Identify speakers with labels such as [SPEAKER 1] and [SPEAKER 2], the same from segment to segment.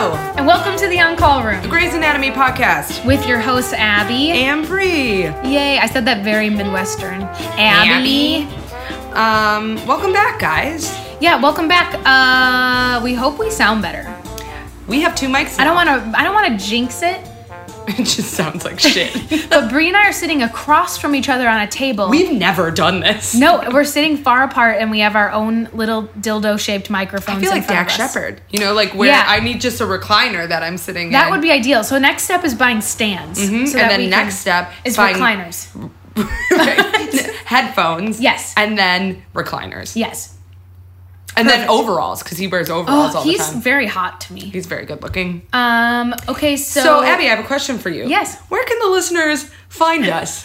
[SPEAKER 1] Welcome to the On Call Room
[SPEAKER 2] Grey's Anatomy podcast.
[SPEAKER 1] with your host, Abby.
[SPEAKER 2] Am free.
[SPEAKER 1] Yay, I said that very Midwestern. Abby.
[SPEAKER 2] Um, welcome back, guys.
[SPEAKER 1] Yeah, welcome back. Uh, we hope we sound better.
[SPEAKER 2] We have two mics.
[SPEAKER 1] I don't want to. I don't want to jinx it.
[SPEAKER 2] It just sounds like shit.
[SPEAKER 1] But Bree and I are sitting across from each other on a table.
[SPEAKER 2] We've never done this.
[SPEAKER 1] no, we're sitting far apart, and we have our own little dildo-shepard microphones.
[SPEAKER 2] I feel
[SPEAKER 1] in
[SPEAKER 2] like
[SPEAKER 1] front
[SPEAKER 2] Dak
[SPEAKER 1] of us.
[SPEAKER 2] Shepard. You know, like where
[SPEAKER 1] Yeah.
[SPEAKER 2] I need just a recliner that I'm sitting
[SPEAKER 1] That
[SPEAKER 2] in.
[SPEAKER 1] would be ideal. So next step is buying stands.
[SPEAKER 2] Mhm,
[SPEAKER 1] So
[SPEAKER 2] and
[SPEAKER 1] that
[SPEAKER 2] then
[SPEAKER 1] we
[SPEAKER 2] next
[SPEAKER 1] can-
[SPEAKER 2] step
[SPEAKER 1] is
[SPEAKER 2] buying-
[SPEAKER 1] recliners.
[SPEAKER 2] headphones.
[SPEAKER 1] Yes.
[SPEAKER 2] And then recliners.
[SPEAKER 1] Yes.
[SPEAKER 2] And then overalls because he wears overalls
[SPEAKER 1] Oh,
[SPEAKER 2] all the
[SPEAKER 1] he's
[SPEAKER 2] time.
[SPEAKER 1] very hot to me.
[SPEAKER 2] He's very good looking.
[SPEAKER 1] Um. Okay. So.
[SPEAKER 2] so, Abby, I have a question for you.
[SPEAKER 1] Yes.
[SPEAKER 2] Where can the listeners find us?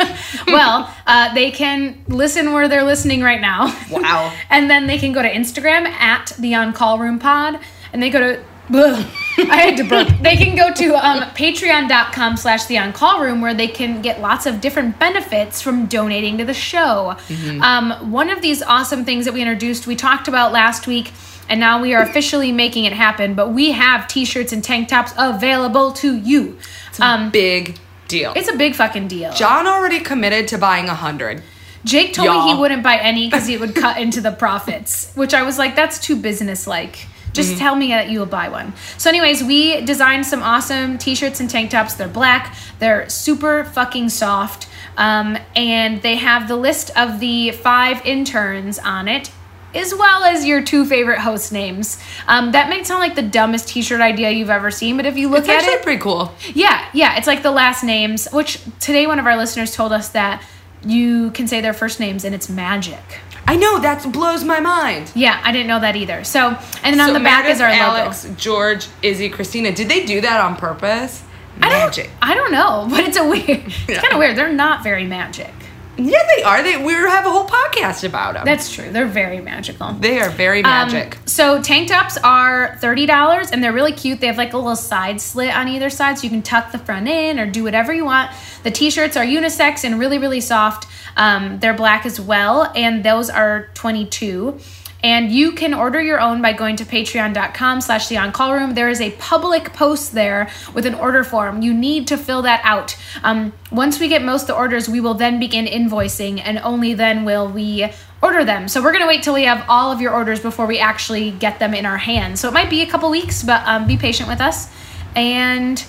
[SPEAKER 1] well, uh, they can listen where they're listening right now.
[SPEAKER 2] Wow.
[SPEAKER 1] and then they can go to Instagram at the On Call Room Pod, and they go to. Ugh, I had to burp. They can go to um, patreon.com slash the on call room where they can get lots of different benefits from donating to the show. Um, one of these awesome things that we introduced, we talked about last week, and now we are officially making it happen, but we have t shirts and tank tops available to you. Um,
[SPEAKER 2] Big deal.
[SPEAKER 1] it's a big fucking deal.
[SPEAKER 2] John already committed to buying a hundred.
[SPEAKER 1] Jake told me
[SPEAKER 2] Y'all.
[SPEAKER 1] he wouldn't buy any because it would cut into the profits, which I was like, that's too business like.
[SPEAKER 2] Mm-hmm.
[SPEAKER 1] Just tell me that you'll buy one. So, anyways, we designed some awesome t shirts and tank tops. They're black, they're super fucking soft, um, and they have the list of the five interns on it. As well as your two favorite host names. Um, that might sound like the dumbest t shirt idea you've ever seen, but if you look
[SPEAKER 2] It's
[SPEAKER 1] at
[SPEAKER 2] actually
[SPEAKER 1] it,
[SPEAKER 2] pretty cool.
[SPEAKER 1] yeah, yeah. It's like the last names, which today one of our listeners told us that you can say their first names and it's magic.
[SPEAKER 2] I know that blows my mind.
[SPEAKER 1] Yeah, I didn't know that either. So, and then on
[SPEAKER 2] So
[SPEAKER 1] the back
[SPEAKER 2] Meredith,
[SPEAKER 1] is our
[SPEAKER 2] Alex,
[SPEAKER 1] logo.
[SPEAKER 2] George, Izzy, Christina. Did they do that on purpose?
[SPEAKER 1] I don't,
[SPEAKER 2] Magic.
[SPEAKER 1] I don't know, but it's a weird. It's
[SPEAKER 2] Yeah.
[SPEAKER 1] kind of weird. They're not very magic.
[SPEAKER 2] Yeah, they are. They we have a whole podcast about them.
[SPEAKER 1] That's true. They're very magical.
[SPEAKER 2] they are very magic.
[SPEAKER 1] Um, so tank tops are thirty dollars, and they're really cute. They have like a little side slit on either side, so you can tuck the front in or do whatever you want. The t-shirts are unisex and really, really soft. Um, they're black as well, and those are twenty-two. And you can order your own by going to patreon.com slash the on-call room. There is a public post there with an order form. You need to fill that out. Um, once we get most of the orders, we will then begin invoicing, and only then will we order them. So we're gonna wait till we have all of your orders before we actually get them in our hands. So it might be a couple weeks, but um, be patient with us. And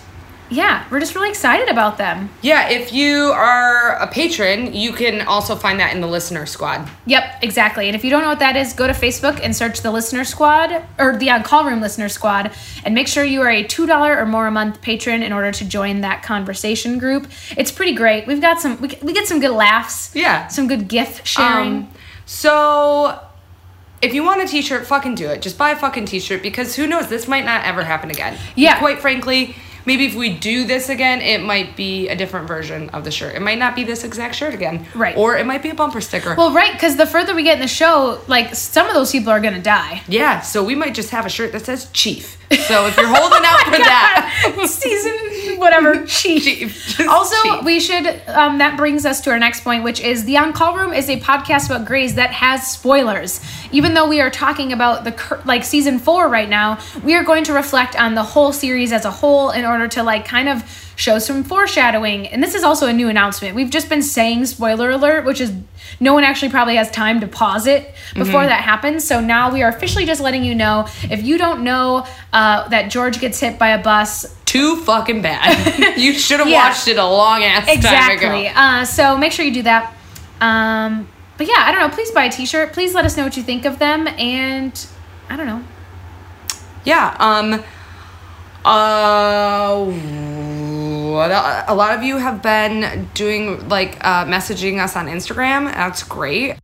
[SPEAKER 1] yeah, we're just really excited about them.
[SPEAKER 2] yeah, if you are a patron, you can also find that in the listener squad.
[SPEAKER 1] Yep, exactly. And if you don't know what that is, go to Facebook and search the Listener Squad or the On Call Room Listener Squad and make sure you are a $2 or more a month patron in order to join that conversation group. It's pretty great. We've got some, we, we get some good laughs.
[SPEAKER 2] Yeah.
[SPEAKER 1] Some good GIF sharing.
[SPEAKER 2] Um, so if you want a t-shirt, fucking do it. Just buy a fucking t-shirt because who knows, this might not ever happen again.
[SPEAKER 1] Yeah.
[SPEAKER 2] Quite frankly, maybe if we do this again, it might be a different version of the shirt. It might not be this exact shirt again.
[SPEAKER 1] Right.
[SPEAKER 2] Or it might be a bumper sticker.
[SPEAKER 1] well, right, because the further we get in the show, like some of those people are going to die.
[SPEAKER 2] yeah, so we might just have a shirt that says Chief. So if you're holding
[SPEAKER 1] Oh
[SPEAKER 2] out for that,
[SPEAKER 1] season whatever chief.
[SPEAKER 2] Chief. Just
[SPEAKER 1] Also,
[SPEAKER 2] chief.
[SPEAKER 1] we should. Um, that brings us to our next point, which is the on call room is a podcast about Grays that has spoilers. Even though we are talking about the cur- like season four right now, we are going to reflect on the whole series as a whole in order to like kind of show some foreshadowing. And this is also a new announcement. We've just been saying spoiler alert, which is no one actually probably has time to pause it before that happens. So now we are officially just letting you know if you don't know uh, that George gets hit by a bus
[SPEAKER 2] too fucking bad. you should have
[SPEAKER 1] Yeah.
[SPEAKER 2] watched it a long ass time
[SPEAKER 1] exactly
[SPEAKER 2] ago.
[SPEAKER 1] uh, so make sure you do that um, but yeah i don't know please buy a t-shirt please let us know what you think of them and i don't know
[SPEAKER 2] Yeah. Um. Uh. what el- A lot of you have been doing like uh, messaging us on Instagram. That's great.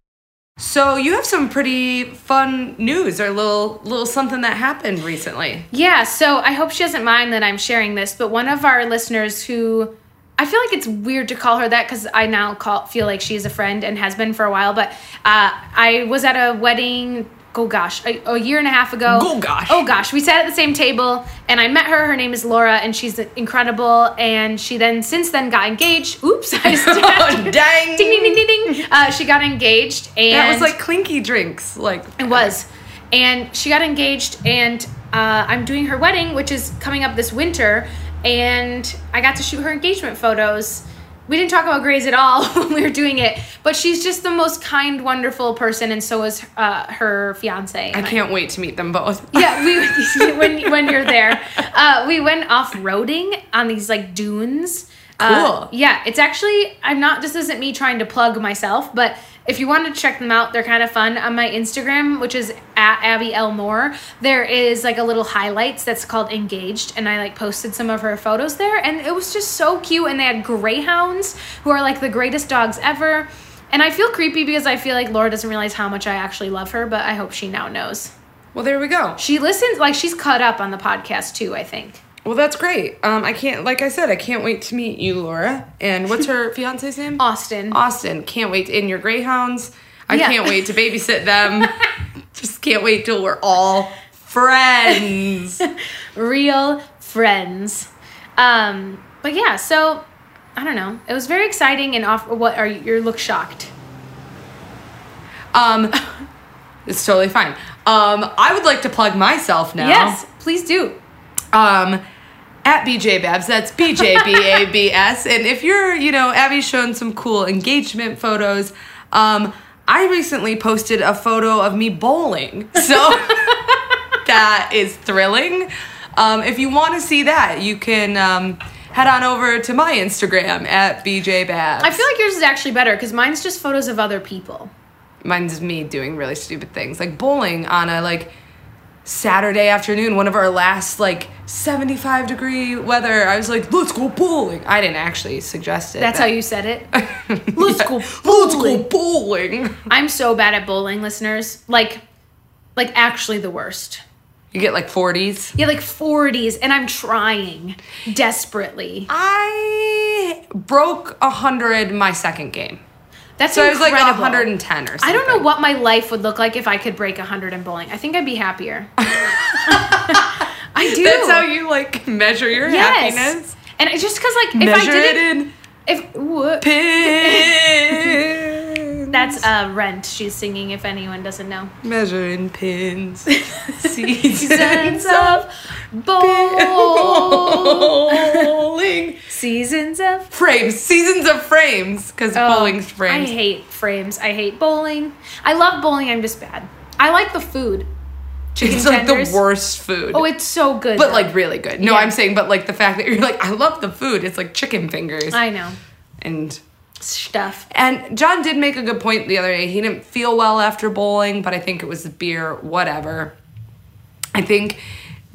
[SPEAKER 2] So you have some pretty fun news or little little something that happened recently.
[SPEAKER 1] yeah so i hope she doesn't mind that i'm sharing this but one of our listeners who i feel like it's weird to call her that because i now call, feel like she's a friend and has been for a while but uh, i was at a wedding Oh gosh, a, a year and a half ago.
[SPEAKER 2] Oh, gosh.
[SPEAKER 1] Oh gosh, we sat at the same table and I met her. Her name is Laura and she's incredible. And she then, since then, got engaged. Oops, I
[SPEAKER 2] Oh,
[SPEAKER 1] stepped.
[SPEAKER 2] dang!
[SPEAKER 1] ding ding ding ding ding. Uh, she got engaged and
[SPEAKER 2] That was like clinky drinks. Like
[SPEAKER 1] it was, and she got engaged and uh, I'm doing her wedding, which is coming up this winter, and I got to shoot her engagement photos. We didn't talk about Grace at all when we were doing it, but she's just the most kind, wonderful person, and so is uh, her fiance.
[SPEAKER 2] I can't wait to meet them both.
[SPEAKER 1] Yeah, we when when you're there, uh, we went off roading on these like dunes. Uh,
[SPEAKER 2] Cool.
[SPEAKER 1] yeah, it's actually I'm not. This isn't me trying to plug myself, but if you want to check them out, they're kind of fun. On my Instagram, which is at Abby L Moore, there is like a little highlights that's called Engaged, and I like posted some of her photos there, and it was just so cute. And they had greyhounds who are like the greatest dogs ever. And I feel creepy because I feel like Laura doesn't realize how much I actually love her, but I hope she now knows.
[SPEAKER 2] Well, there we go.
[SPEAKER 1] She listens, like she's caught up on the podcast too. I think
[SPEAKER 2] Well, that's great. Um, I can't, like I said, I can't wait to meet you, Laura. And what's her fiance's name?
[SPEAKER 1] Austin.
[SPEAKER 2] Austin. Can't wait. in your greyhounds. I
[SPEAKER 1] Yeah.
[SPEAKER 2] can't wait to babysit them. Just can't wait till we're all friends.
[SPEAKER 1] real friends. Um, but yeah, so I don't know. It was very exciting and off. What are you? You look shocked.
[SPEAKER 2] um, it's totally fine. Um, I would like to plug myself now.
[SPEAKER 1] Yes, please do.
[SPEAKER 2] um, at BJ Babs. That's B J B A B S. And if you're, you know, Abby's shown some cool engagement photos. Um, I recently posted a photo of me bowling, so that is thrilling. Um, if you want to see that, you can um, head on over to my Instagram at BJ Babs.
[SPEAKER 1] I feel like yours is actually better because mine's just photos of other people.
[SPEAKER 2] mine's me doing really stupid things like bowling on a like saturday afternoon one of our last like 75 degree weather i was like let's go bowling i didn't actually suggest it
[SPEAKER 1] That's how you said it. Let's go
[SPEAKER 2] let's go
[SPEAKER 1] bowling.
[SPEAKER 2] bowling
[SPEAKER 1] I'm so bad at bowling, listeners. Like, like actually the worst.
[SPEAKER 2] you get like 40s
[SPEAKER 1] Yeah, like 40s, and I'm trying desperately.
[SPEAKER 2] i broke 100 my second game
[SPEAKER 1] That's
[SPEAKER 2] so
[SPEAKER 1] incredible.
[SPEAKER 2] i was like 110 or something
[SPEAKER 1] I don't know what my life would look like if I could break 100 in bowling. I think I'd be happier. I do.
[SPEAKER 2] that's how you like measure your
[SPEAKER 1] yes.
[SPEAKER 2] happiness
[SPEAKER 1] And it's just because, like, if
[SPEAKER 2] measure
[SPEAKER 1] I
[SPEAKER 2] it
[SPEAKER 1] didn't,
[SPEAKER 2] in
[SPEAKER 1] if whoop,
[SPEAKER 2] pins
[SPEAKER 1] that's uh, Rent. She's singing. If anyone doesn't know,
[SPEAKER 2] Measuring pins, seasons
[SPEAKER 1] seasons
[SPEAKER 2] of
[SPEAKER 1] of bowl,
[SPEAKER 2] bowling.
[SPEAKER 1] seasons of.
[SPEAKER 2] Frames, seasons of frames, because
[SPEAKER 1] Oh,
[SPEAKER 2] bowling's frames.
[SPEAKER 1] I hate frames. I hate bowling. I love bowling. I'm just bad. I like the food. Chicken
[SPEAKER 2] it's like
[SPEAKER 1] tenders.
[SPEAKER 2] the worst food.
[SPEAKER 1] Oh, it's so good.
[SPEAKER 2] but
[SPEAKER 1] though.
[SPEAKER 2] like really good. No,
[SPEAKER 1] Yeah.
[SPEAKER 2] I'm saying, but like the fact that you're like, I love the food. It's like chicken fingers
[SPEAKER 1] I know
[SPEAKER 2] and.
[SPEAKER 1] stuff.
[SPEAKER 2] And John did make a good point the other day. He didn't feel well after bowling, but I think it was the beer, whatever. I think,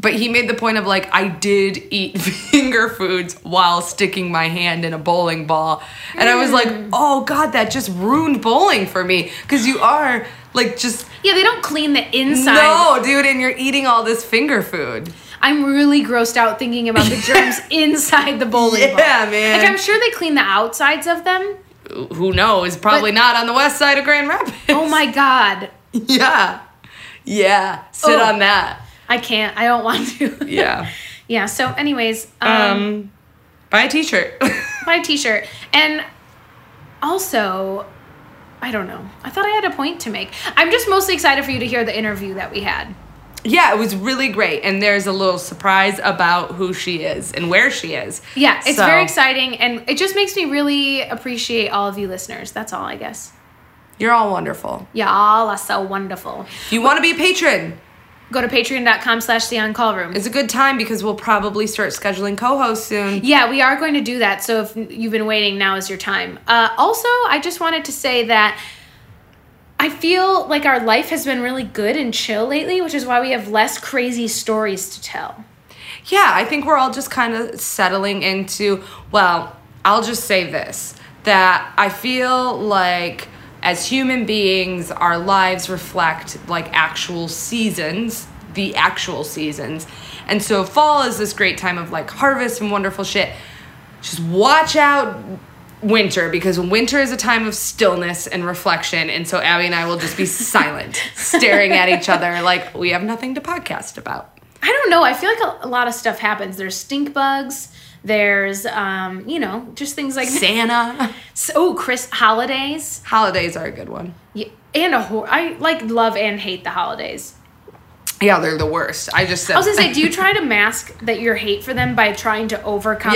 [SPEAKER 2] but he made the point of like, I did eat finger foods while sticking my hand in a bowling ball. And I was like,
[SPEAKER 1] Mm.
[SPEAKER 2] oh God, that just ruined bowling for me. Because you are like just,
[SPEAKER 1] Yeah, they don't clean the inside.
[SPEAKER 2] no, dude, and you're eating all this finger food.
[SPEAKER 1] I'm really grossed out thinking about the germs inside the bowling ball.
[SPEAKER 2] Yeah, man.
[SPEAKER 1] Like I'm sure they clean the outsides of them.
[SPEAKER 2] Who knows? Probably
[SPEAKER 1] But-
[SPEAKER 2] not on the west side of Grand Rapids.
[SPEAKER 1] Oh my god.
[SPEAKER 2] Yeah. Yeah. Sit
[SPEAKER 1] Oh.
[SPEAKER 2] on that.
[SPEAKER 1] I can't. I don't want to.
[SPEAKER 2] Yeah.
[SPEAKER 1] yeah, so anyways, um,
[SPEAKER 2] um buy a t-shirt
[SPEAKER 1] buy a t-shirt. And also, I don't know. I thought I had a point to make. I'm just mostly excited for you to hear the interview that we had.
[SPEAKER 2] yeah it was really great and there's a little surprise about who she is and where she is
[SPEAKER 1] Yeah, it's
[SPEAKER 2] So,
[SPEAKER 1] very exciting and it just makes me really appreciate all of you listeners. That's all, I guess.
[SPEAKER 2] you're all wonderful
[SPEAKER 1] Y'all are so wonderful.
[SPEAKER 2] if you want to be a patron
[SPEAKER 1] Go to patreon.com slash the on-call room.
[SPEAKER 2] it's a good time because we'll probably start scheduling co-hosts soon
[SPEAKER 1] Yeah, we are going to do that. So if you've been waiting, now is your time. Uh, also, I just wanted to say that I feel like our life has been really good and chill lately, which is why we have less crazy stories to tell.
[SPEAKER 2] yeah i think we're all just kind of settling into well i'll just say this that i feel like as human beings our lives reflect like actual seasons the actual seasons and so fall is this great time of like harvest and wonderful shit just watch out winter because winter is a time of stillness and reflection and so abby and i will just be silent staring at each other like we have nothing to podcast about
[SPEAKER 1] I don't know. I feel like a, a lot of stuff happens. There's stink bugs. There's, um, you know, just things like
[SPEAKER 2] santa
[SPEAKER 1] oh, Chris holidays
[SPEAKER 2] Holidays are a good one.
[SPEAKER 1] Yeah, and a whore. I like love and hate the holidays.
[SPEAKER 2] Yeah, they're the worst. I just said.
[SPEAKER 1] I was gonna say, do you try to mask that your hate for them by trying to overcome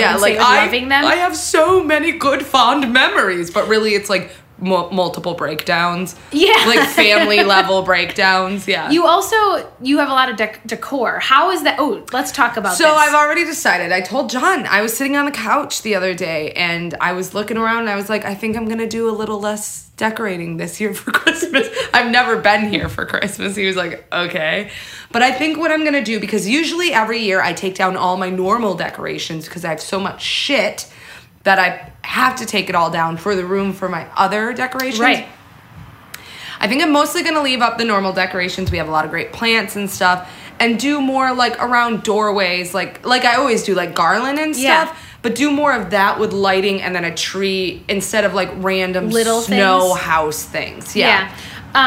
[SPEAKER 2] yeah, like I,
[SPEAKER 1] loving them?
[SPEAKER 2] I have so many good fond memories, but really, it's like mu- multiple breakdowns.
[SPEAKER 1] Yeah.
[SPEAKER 2] like family level breakdowns. Yeah,
[SPEAKER 1] you also you have a lot of dec- decor. How is that? Oh, let's talk about.
[SPEAKER 2] So
[SPEAKER 1] this.
[SPEAKER 2] I've already decided. I told John I was sitting on the couch the other day and I was looking around and I was like, I think I'm gonna do a little less decorating this year for Christmas. I've never been here for Christmas. He was like, okay. But I think what I'm gonna do, because usually every year I take down all my normal decorations because I have so much shit that I have to take it all down for the room for my other decorations.
[SPEAKER 1] right.
[SPEAKER 2] I think I'm mostly gonna leave up the normal decorations. We have a lot of great plants and stuff, and do more like around doorways, like like I always do, like garland and
[SPEAKER 1] Yeah.
[SPEAKER 2] stuff. But do more of that with lighting and then a tree instead of like random
[SPEAKER 1] Little
[SPEAKER 2] snow
[SPEAKER 1] things?
[SPEAKER 2] house things.
[SPEAKER 1] Yeah.
[SPEAKER 2] Yeah.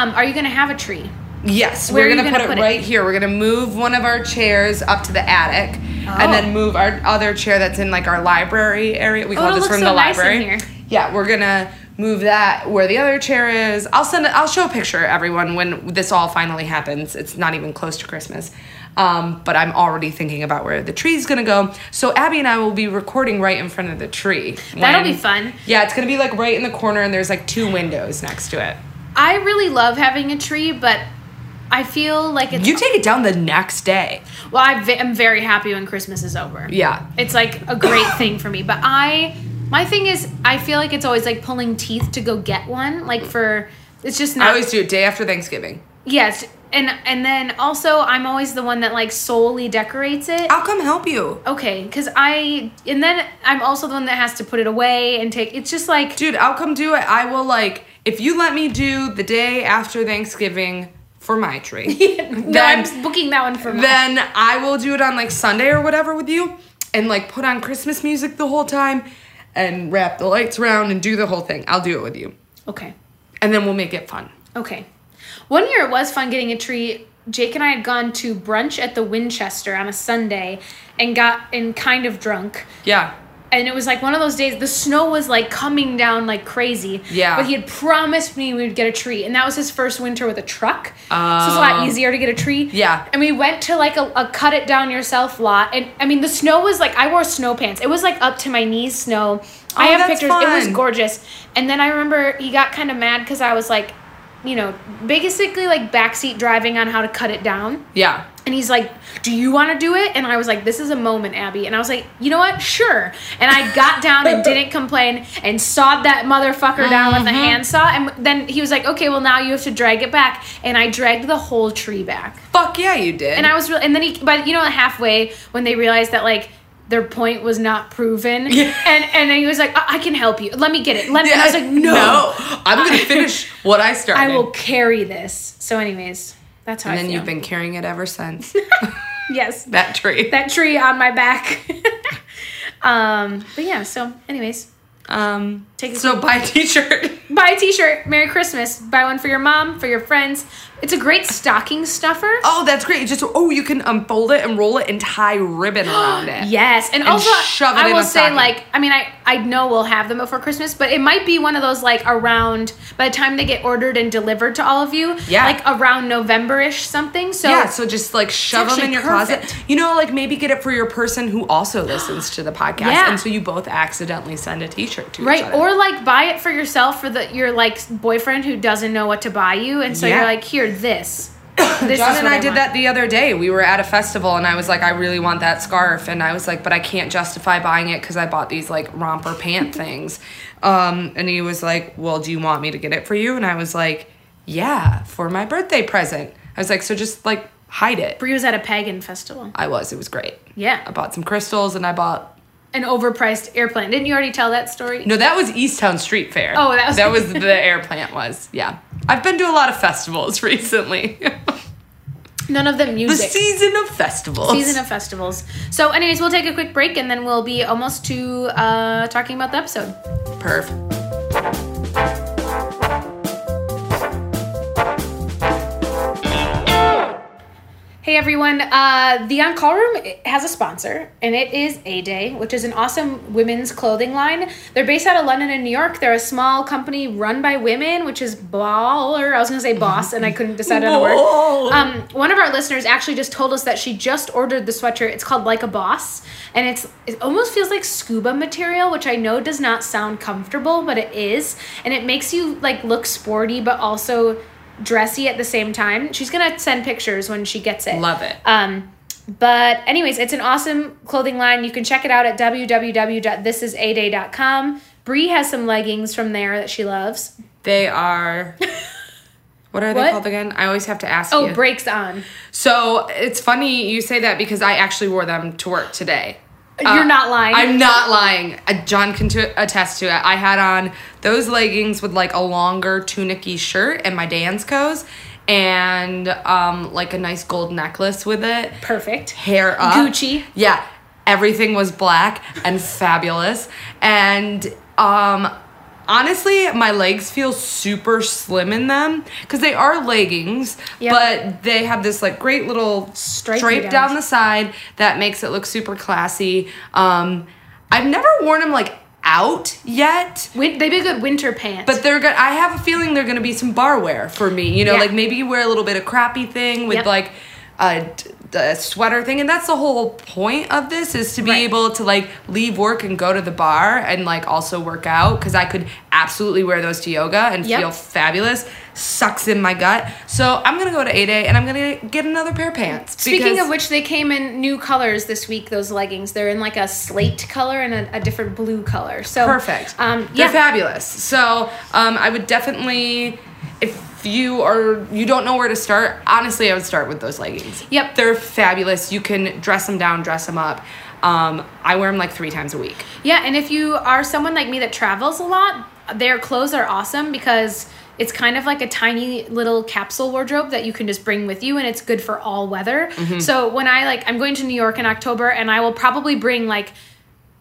[SPEAKER 1] Um, are you gonna have a tree?
[SPEAKER 2] Yes,
[SPEAKER 1] Where
[SPEAKER 2] we're
[SPEAKER 1] are you
[SPEAKER 2] gonna,
[SPEAKER 1] gonna
[SPEAKER 2] put,
[SPEAKER 1] put
[SPEAKER 2] it
[SPEAKER 1] it?
[SPEAKER 2] right here. We're gonna move one of our chairs up to the attic.
[SPEAKER 1] Oh.
[SPEAKER 2] And then move our other chair that's in like our library area. We call
[SPEAKER 1] it'll
[SPEAKER 2] this
[SPEAKER 1] look
[SPEAKER 2] room
[SPEAKER 1] so
[SPEAKER 2] the
[SPEAKER 1] nice in
[SPEAKER 2] library.
[SPEAKER 1] here.
[SPEAKER 2] Yeah, we're gonna move that where the other chair is. I'll send. I'll show a picture everyone when this all finally happens. It's not even close to Christmas, um, but I'm already thinking about where the tree's gonna go. So Abby and I will be recording right in front of the tree.
[SPEAKER 1] That'll
[SPEAKER 2] when-
[SPEAKER 1] be fun.
[SPEAKER 2] Yeah, it's gonna be like right in the corner, and there's like two windows next to it.
[SPEAKER 1] I really love having a tree, but I feel like it's
[SPEAKER 2] You take it down the next day.
[SPEAKER 1] well. I ve- I'm very happy when Christmas is over.
[SPEAKER 2] Yeah.
[SPEAKER 1] it's like a great thing for me. But I, my thing is, I feel like it's always like pulling teeth to go get one. Like for it's just not.
[SPEAKER 2] I always do it day after Thanksgiving.
[SPEAKER 1] yes, and and then also I'm always the one that like solely decorates it.
[SPEAKER 2] I'll come help you.
[SPEAKER 1] Okay, because I and then I'm also the one that has to put it away and take. It's just like
[SPEAKER 2] Dude, I'll come do it. I will like if you let me do the day after Thanksgiving for my tree.
[SPEAKER 1] no, I'm booking that one for. Mine.
[SPEAKER 2] then I will do it on like Sunday or whatever with you and like put on Christmas music the whole time and wrap the lights around and do the whole thing. I'll do it with you.
[SPEAKER 1] Okay,
[SPEAKER 2] And then we'll make it fun.
[SPEAKER 1] okay. One year it was fun getting a tree. Jake and I had gone to brunch at the Winchester on a Sunday and got and kind of drunk.
[SPEAKER 2] Yeah.
[SPEAKER 1] and it was like one of those days the snow was like coming down like crazy
[SPEAKER 2] Yeah.
[SPEAKER 1] but he had promised me we would get a tree and that was his first winter with a truck so it's a lot easier to get a tree
[SPEAKER 2] Oh. Yeah.
[SPEAKER 1] and we went to like a, a cut it down yourself lot and i mean the snow was like i wore snow pants it was like up to my knees snow i
[SPEAKER 2] Oh,
[SPEAKER 1] have
[SPEAKER 2] that's
[SPEAKER 1] pictures it was
[SPEAKER 2] fun.
[SPEAKER 1] gorgeous and then i remember he got kind of mad because i was like you know basically like backseat driving on how to cut it down
[SPEAKER 2] Yeah.
[SPEAKER 1] and he's like, Do you want to do it? And I was like, This is a moment, Abby. And I was like, You know what? Sure. And I got down and didn't complain and sawed that motherfucker down
[SPEAKER 2] Uh-huh.
[SPEAKER 1] with a handsaw. And then he was like, Okay, well, now you have to drag it back. And I dragged the whole tree back.
[SPEAKER 2] Fuck yeah, you did.
[SPEAKER 1] And I was really, and then he, but you know, halfway when they realized that like their point was not proven,
[SPEAKER 2] Yeah.
[SPEAKER 1] and and then he was like, I-, I can help you. Let me get it. Let me. I was like, No,
[SPEAKER 2] I'm going to finish what I started.
[SPEAKER 1] I will carry this. So, anyways, that's how
[SPEAKER 2] And
[SPEAKER 1] I
[SPEAKER 2] then
[SPEAKER 1] feel.
[SPEAKER 2] you've been carrying it ever since.
[SPEAKER 1] yes,
[SPEAKER 2] that tree.
[SPEAKER 1] that tree on my back. um, but yeah, so anyways,
[SPEAKER 2] um
[SPEAKER 1] Take a
[SPEAKER 2] so buy a t-shirt.
[SPEAKER 1] buy a t-shirt, Merry Christmas, buy one for your mom, for your friends. It's a great stocking stuffer.
[SPEAKER 2] Oh, that's great. You just oh, you can unfold it and roll it and tie ribbon around it.
[SPEAKER 1] Yes, and, also
[SPEAKER 2] shove it
[SPEAKER 1] I
[SPEAKER 2] in
[SPEAKER 1] will
[SPEAKER 2] a
[SPEAKER 1] say
[SPEAKER 2] stocking.
[SPEAKER 1] like I mean I I know we'll have them before Christmas, but it might be one of those like around by the time they get ordered and delivered to all of you,
[SPEAKER 2] Yeah.
[SPEAKER 1] like around November-ish something. So
[SPEAKER 2] yeah, so just like shove them in
[SPEAKER 1] actually
[SPEAKER 2] your
[SPEAKER 1] perfect.
[SPEAKER 2] closet. You know, like maybe get it for your person who also listens to the podcast,
[SPEAKER 1] Yeah.
[SPEAKER 2] and so you both accidentally send a T-shirt to each
[SPEAKER 1] Right,
[SPEAKER 2] other.
[SPEAKER 1] or like buy it for yourself for the your like boyfriend who doesn't know what to buy you, and so
[SPEAKER 2] Yeah.
[SPEAKER 1] you're like, here, this. this
[SPEAKER 2] John
[SPEAKER 1] is
[SPEAKER 2] and
[SPEAKER 1] what
[SPEAKER 2] I, did
[SPEAKER 1] want.
[SPEAKER 2] that the other day. We were at a festival, and I was like, I really want that scarf, and I was like, but I can't justify buying it because I bought these like romper pant things. Um, and he was like, Well, do you want me to get it for you? And I was like, Yeah, for my birthday present. I was like, so just like hide it.
[SPEAKER 1] Brie was at a pagan festival.
[SPEAKER 2] I was. It was great. I
[SPEAKER 1] Yeah.
[SPEAKER 2] bought some crystals, and I bought
[SPEAKER 1] An overpriced airplane. Didn't you already tell that story?
[SPEAKER 2] No, that was Easttown Street Fair.
[SPEAKER 1] Oh, that was-
[SPEAKER 2] that was the air plant was. Yeah, I've been to a lot of festivals recently.
[SPEAKER 1] None of them
[SPEAKER 2] the
[SPEAKER 1] music.
[SPEAKER 2] season of festivals.
[SPEAKER 1] Season of festivals. So, anyways, we'll take a quick break and then we'll be almost to uh, talking about the episode.
[SPEAKER 2] perf.
[SPEAKER 1] Hey, Hey everyone, uh, the On Call Room has a sponsor, and it is A Day, which is an awesome women's clothing line. They're based out of London and New York. They're a small company run by women, which is baller. I was gonna say boss, and I couldn't decide on a word. Um, one of our listeners actually just told us that she just ordered the sweatshirt. It's called Like a Boss, and it's it almost feels like scuba material, which I know does not sound comfortable, but it is, and it makes you like look sporty, but also dressy at the same time. She's gonna send pictures when she gets it.
[SPEAKER 2] Love it.
[SPEAKER 1] Um, but anyways, it's an awesome clothing line. You can check it out at www.thisisaday.com. Bree has some leggings from there that she loves.
[SPEAKER 2] They are. What are
[SPEAKER 1] What?
[SPEAKER 2] they called again? I always have to ask
[SPEAKER 1] Oh,
[SPEAKER 2] you.
[SPEAKER 1] breaks on.
[SPEAKER 2] So it's funny you say that because I actually wore them to work today.
[SPEAKER 1] You're not lying.
[SPEAKER 2] Uh, I'm not lying. Uh, John can t- attest to it. I had on those leggings with like a longer tunicky shirt and my Danskos and um, like a nice gold necklace with it.
[SPEAKER 1] Perfect.
[SPEAKER 2] Hair up.
[SPEAKER 1] Gucci.
[SPEAKER 2] Yeah. Everything was black and fabulous. And um, honestly, my legs feel super slim in them because they are leggings,
[SPEAKER 1] Yep.
[SPEAKER 2] but they have this like great little
[SPEAKER 1] Stripe
[SPEAKER 2] stripe,
[SPEAKER 1] down.
[SPEAKER 2] down the side that makes it look super classy. Um, I've never worn them like out yet.
[SPEAKER 1] Win- they'd be a good winter pants.
[SPEAKER 2] But they're good. I have a feeling they're going to be some barware for me. You know,
[SPEAKER 1] Yeah.
[SPEAKER 2] like maybe you wear a little bit of crappy thing with
[SPEAKER 1] Yep.
[SPEAKER 2] like a, d- a sweater thing, and that's the whole point of this is to be
[SPEAKER 1] Right.
[SPEAKER 2] able to like leave work and go to the bar and like also work out because I could absolutely wear those to yoga and
[SPEAKER 1] Yep.
[SPEAKER 2] feel fabulous. Sucks in my gut. So I'm gonna go to 8 A and I'm gonna get another pair of pants.
[SPEAKER 1] Speaking
[SPEAKER 2] because-
[SPEAKER 1] of which, they came in new colors this week. Those leggings, they're in like a slate color and a, a different blue color. So
[SPEAKER 2] Perfect.
[SPEAKER 1] Um,
[SPEAKER 2] They're
[SPEAKER 1] yeah,
[SPEAKER 2] fabulous. So um, I would definitely, if you are you don't know where to start, honestly, I would start with those leggings.
[SPEAKER 1] Yep.
[SPEAKER 2] they're fabulous. You can dress them down, dress them up. Um, I wear them like three times a week.
[SPEAKER 1] Yeah, and if you are someone like me that travels a lot, their clothes are awesome because it's kind of like a tiny little capsule wardrobe that you can just bring with you and it's good for all weather.
[SPEAKER 2] Mm-hmm.
[SPEAKER 1] So when I like I'm going to New York in October and I will probably bring like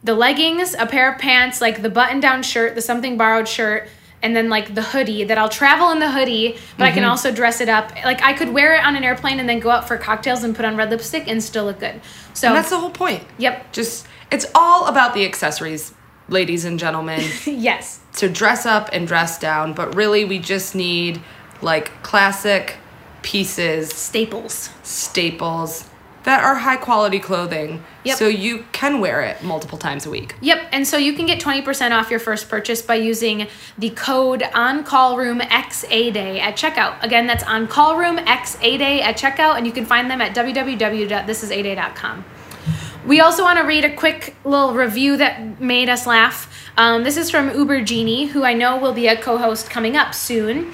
[SPEAKER 1] the leggings, a pair of pants, like the button-down shirt, the something borrowed shirt, and then like the hoodie that I'll travel in the hoodie, but I can
[SPEAKER 2] Mm-hmm.
[SPEAKER 1] also dress it up. Like I could wear it on an airplane and then go out for cocktails and put on red lipstick and still look good. So
[SPEAKER 2] And that's the whole point.
[SPEAKER 1] Yep.
[SPEAKER 2] Just it's all about the accessories, ladies and gentlemen.
[SPEAKER 1] Yes.
[SPEAKER 2] to dress up and dress down, but really we just need like classic pieces
[SPEAKER 1] Staples.
[SPEAKER 2] staples that are high quality clothing
[SPEAKER 1] Yep.
[SPEAKER 2] so you can wear it multiple times a week
[SPEAKER 1] Yep, and so you can get 20% off your first purchase by using the code OnCallRoomXADay at checkout. Again, that's OnCallRoomXADay at checkout, and you can find them at www.thisisaday.com. We also want to read a quick little review that made us laugh. Um, this is from Uber Genie, who I know will be a co host coming up soon.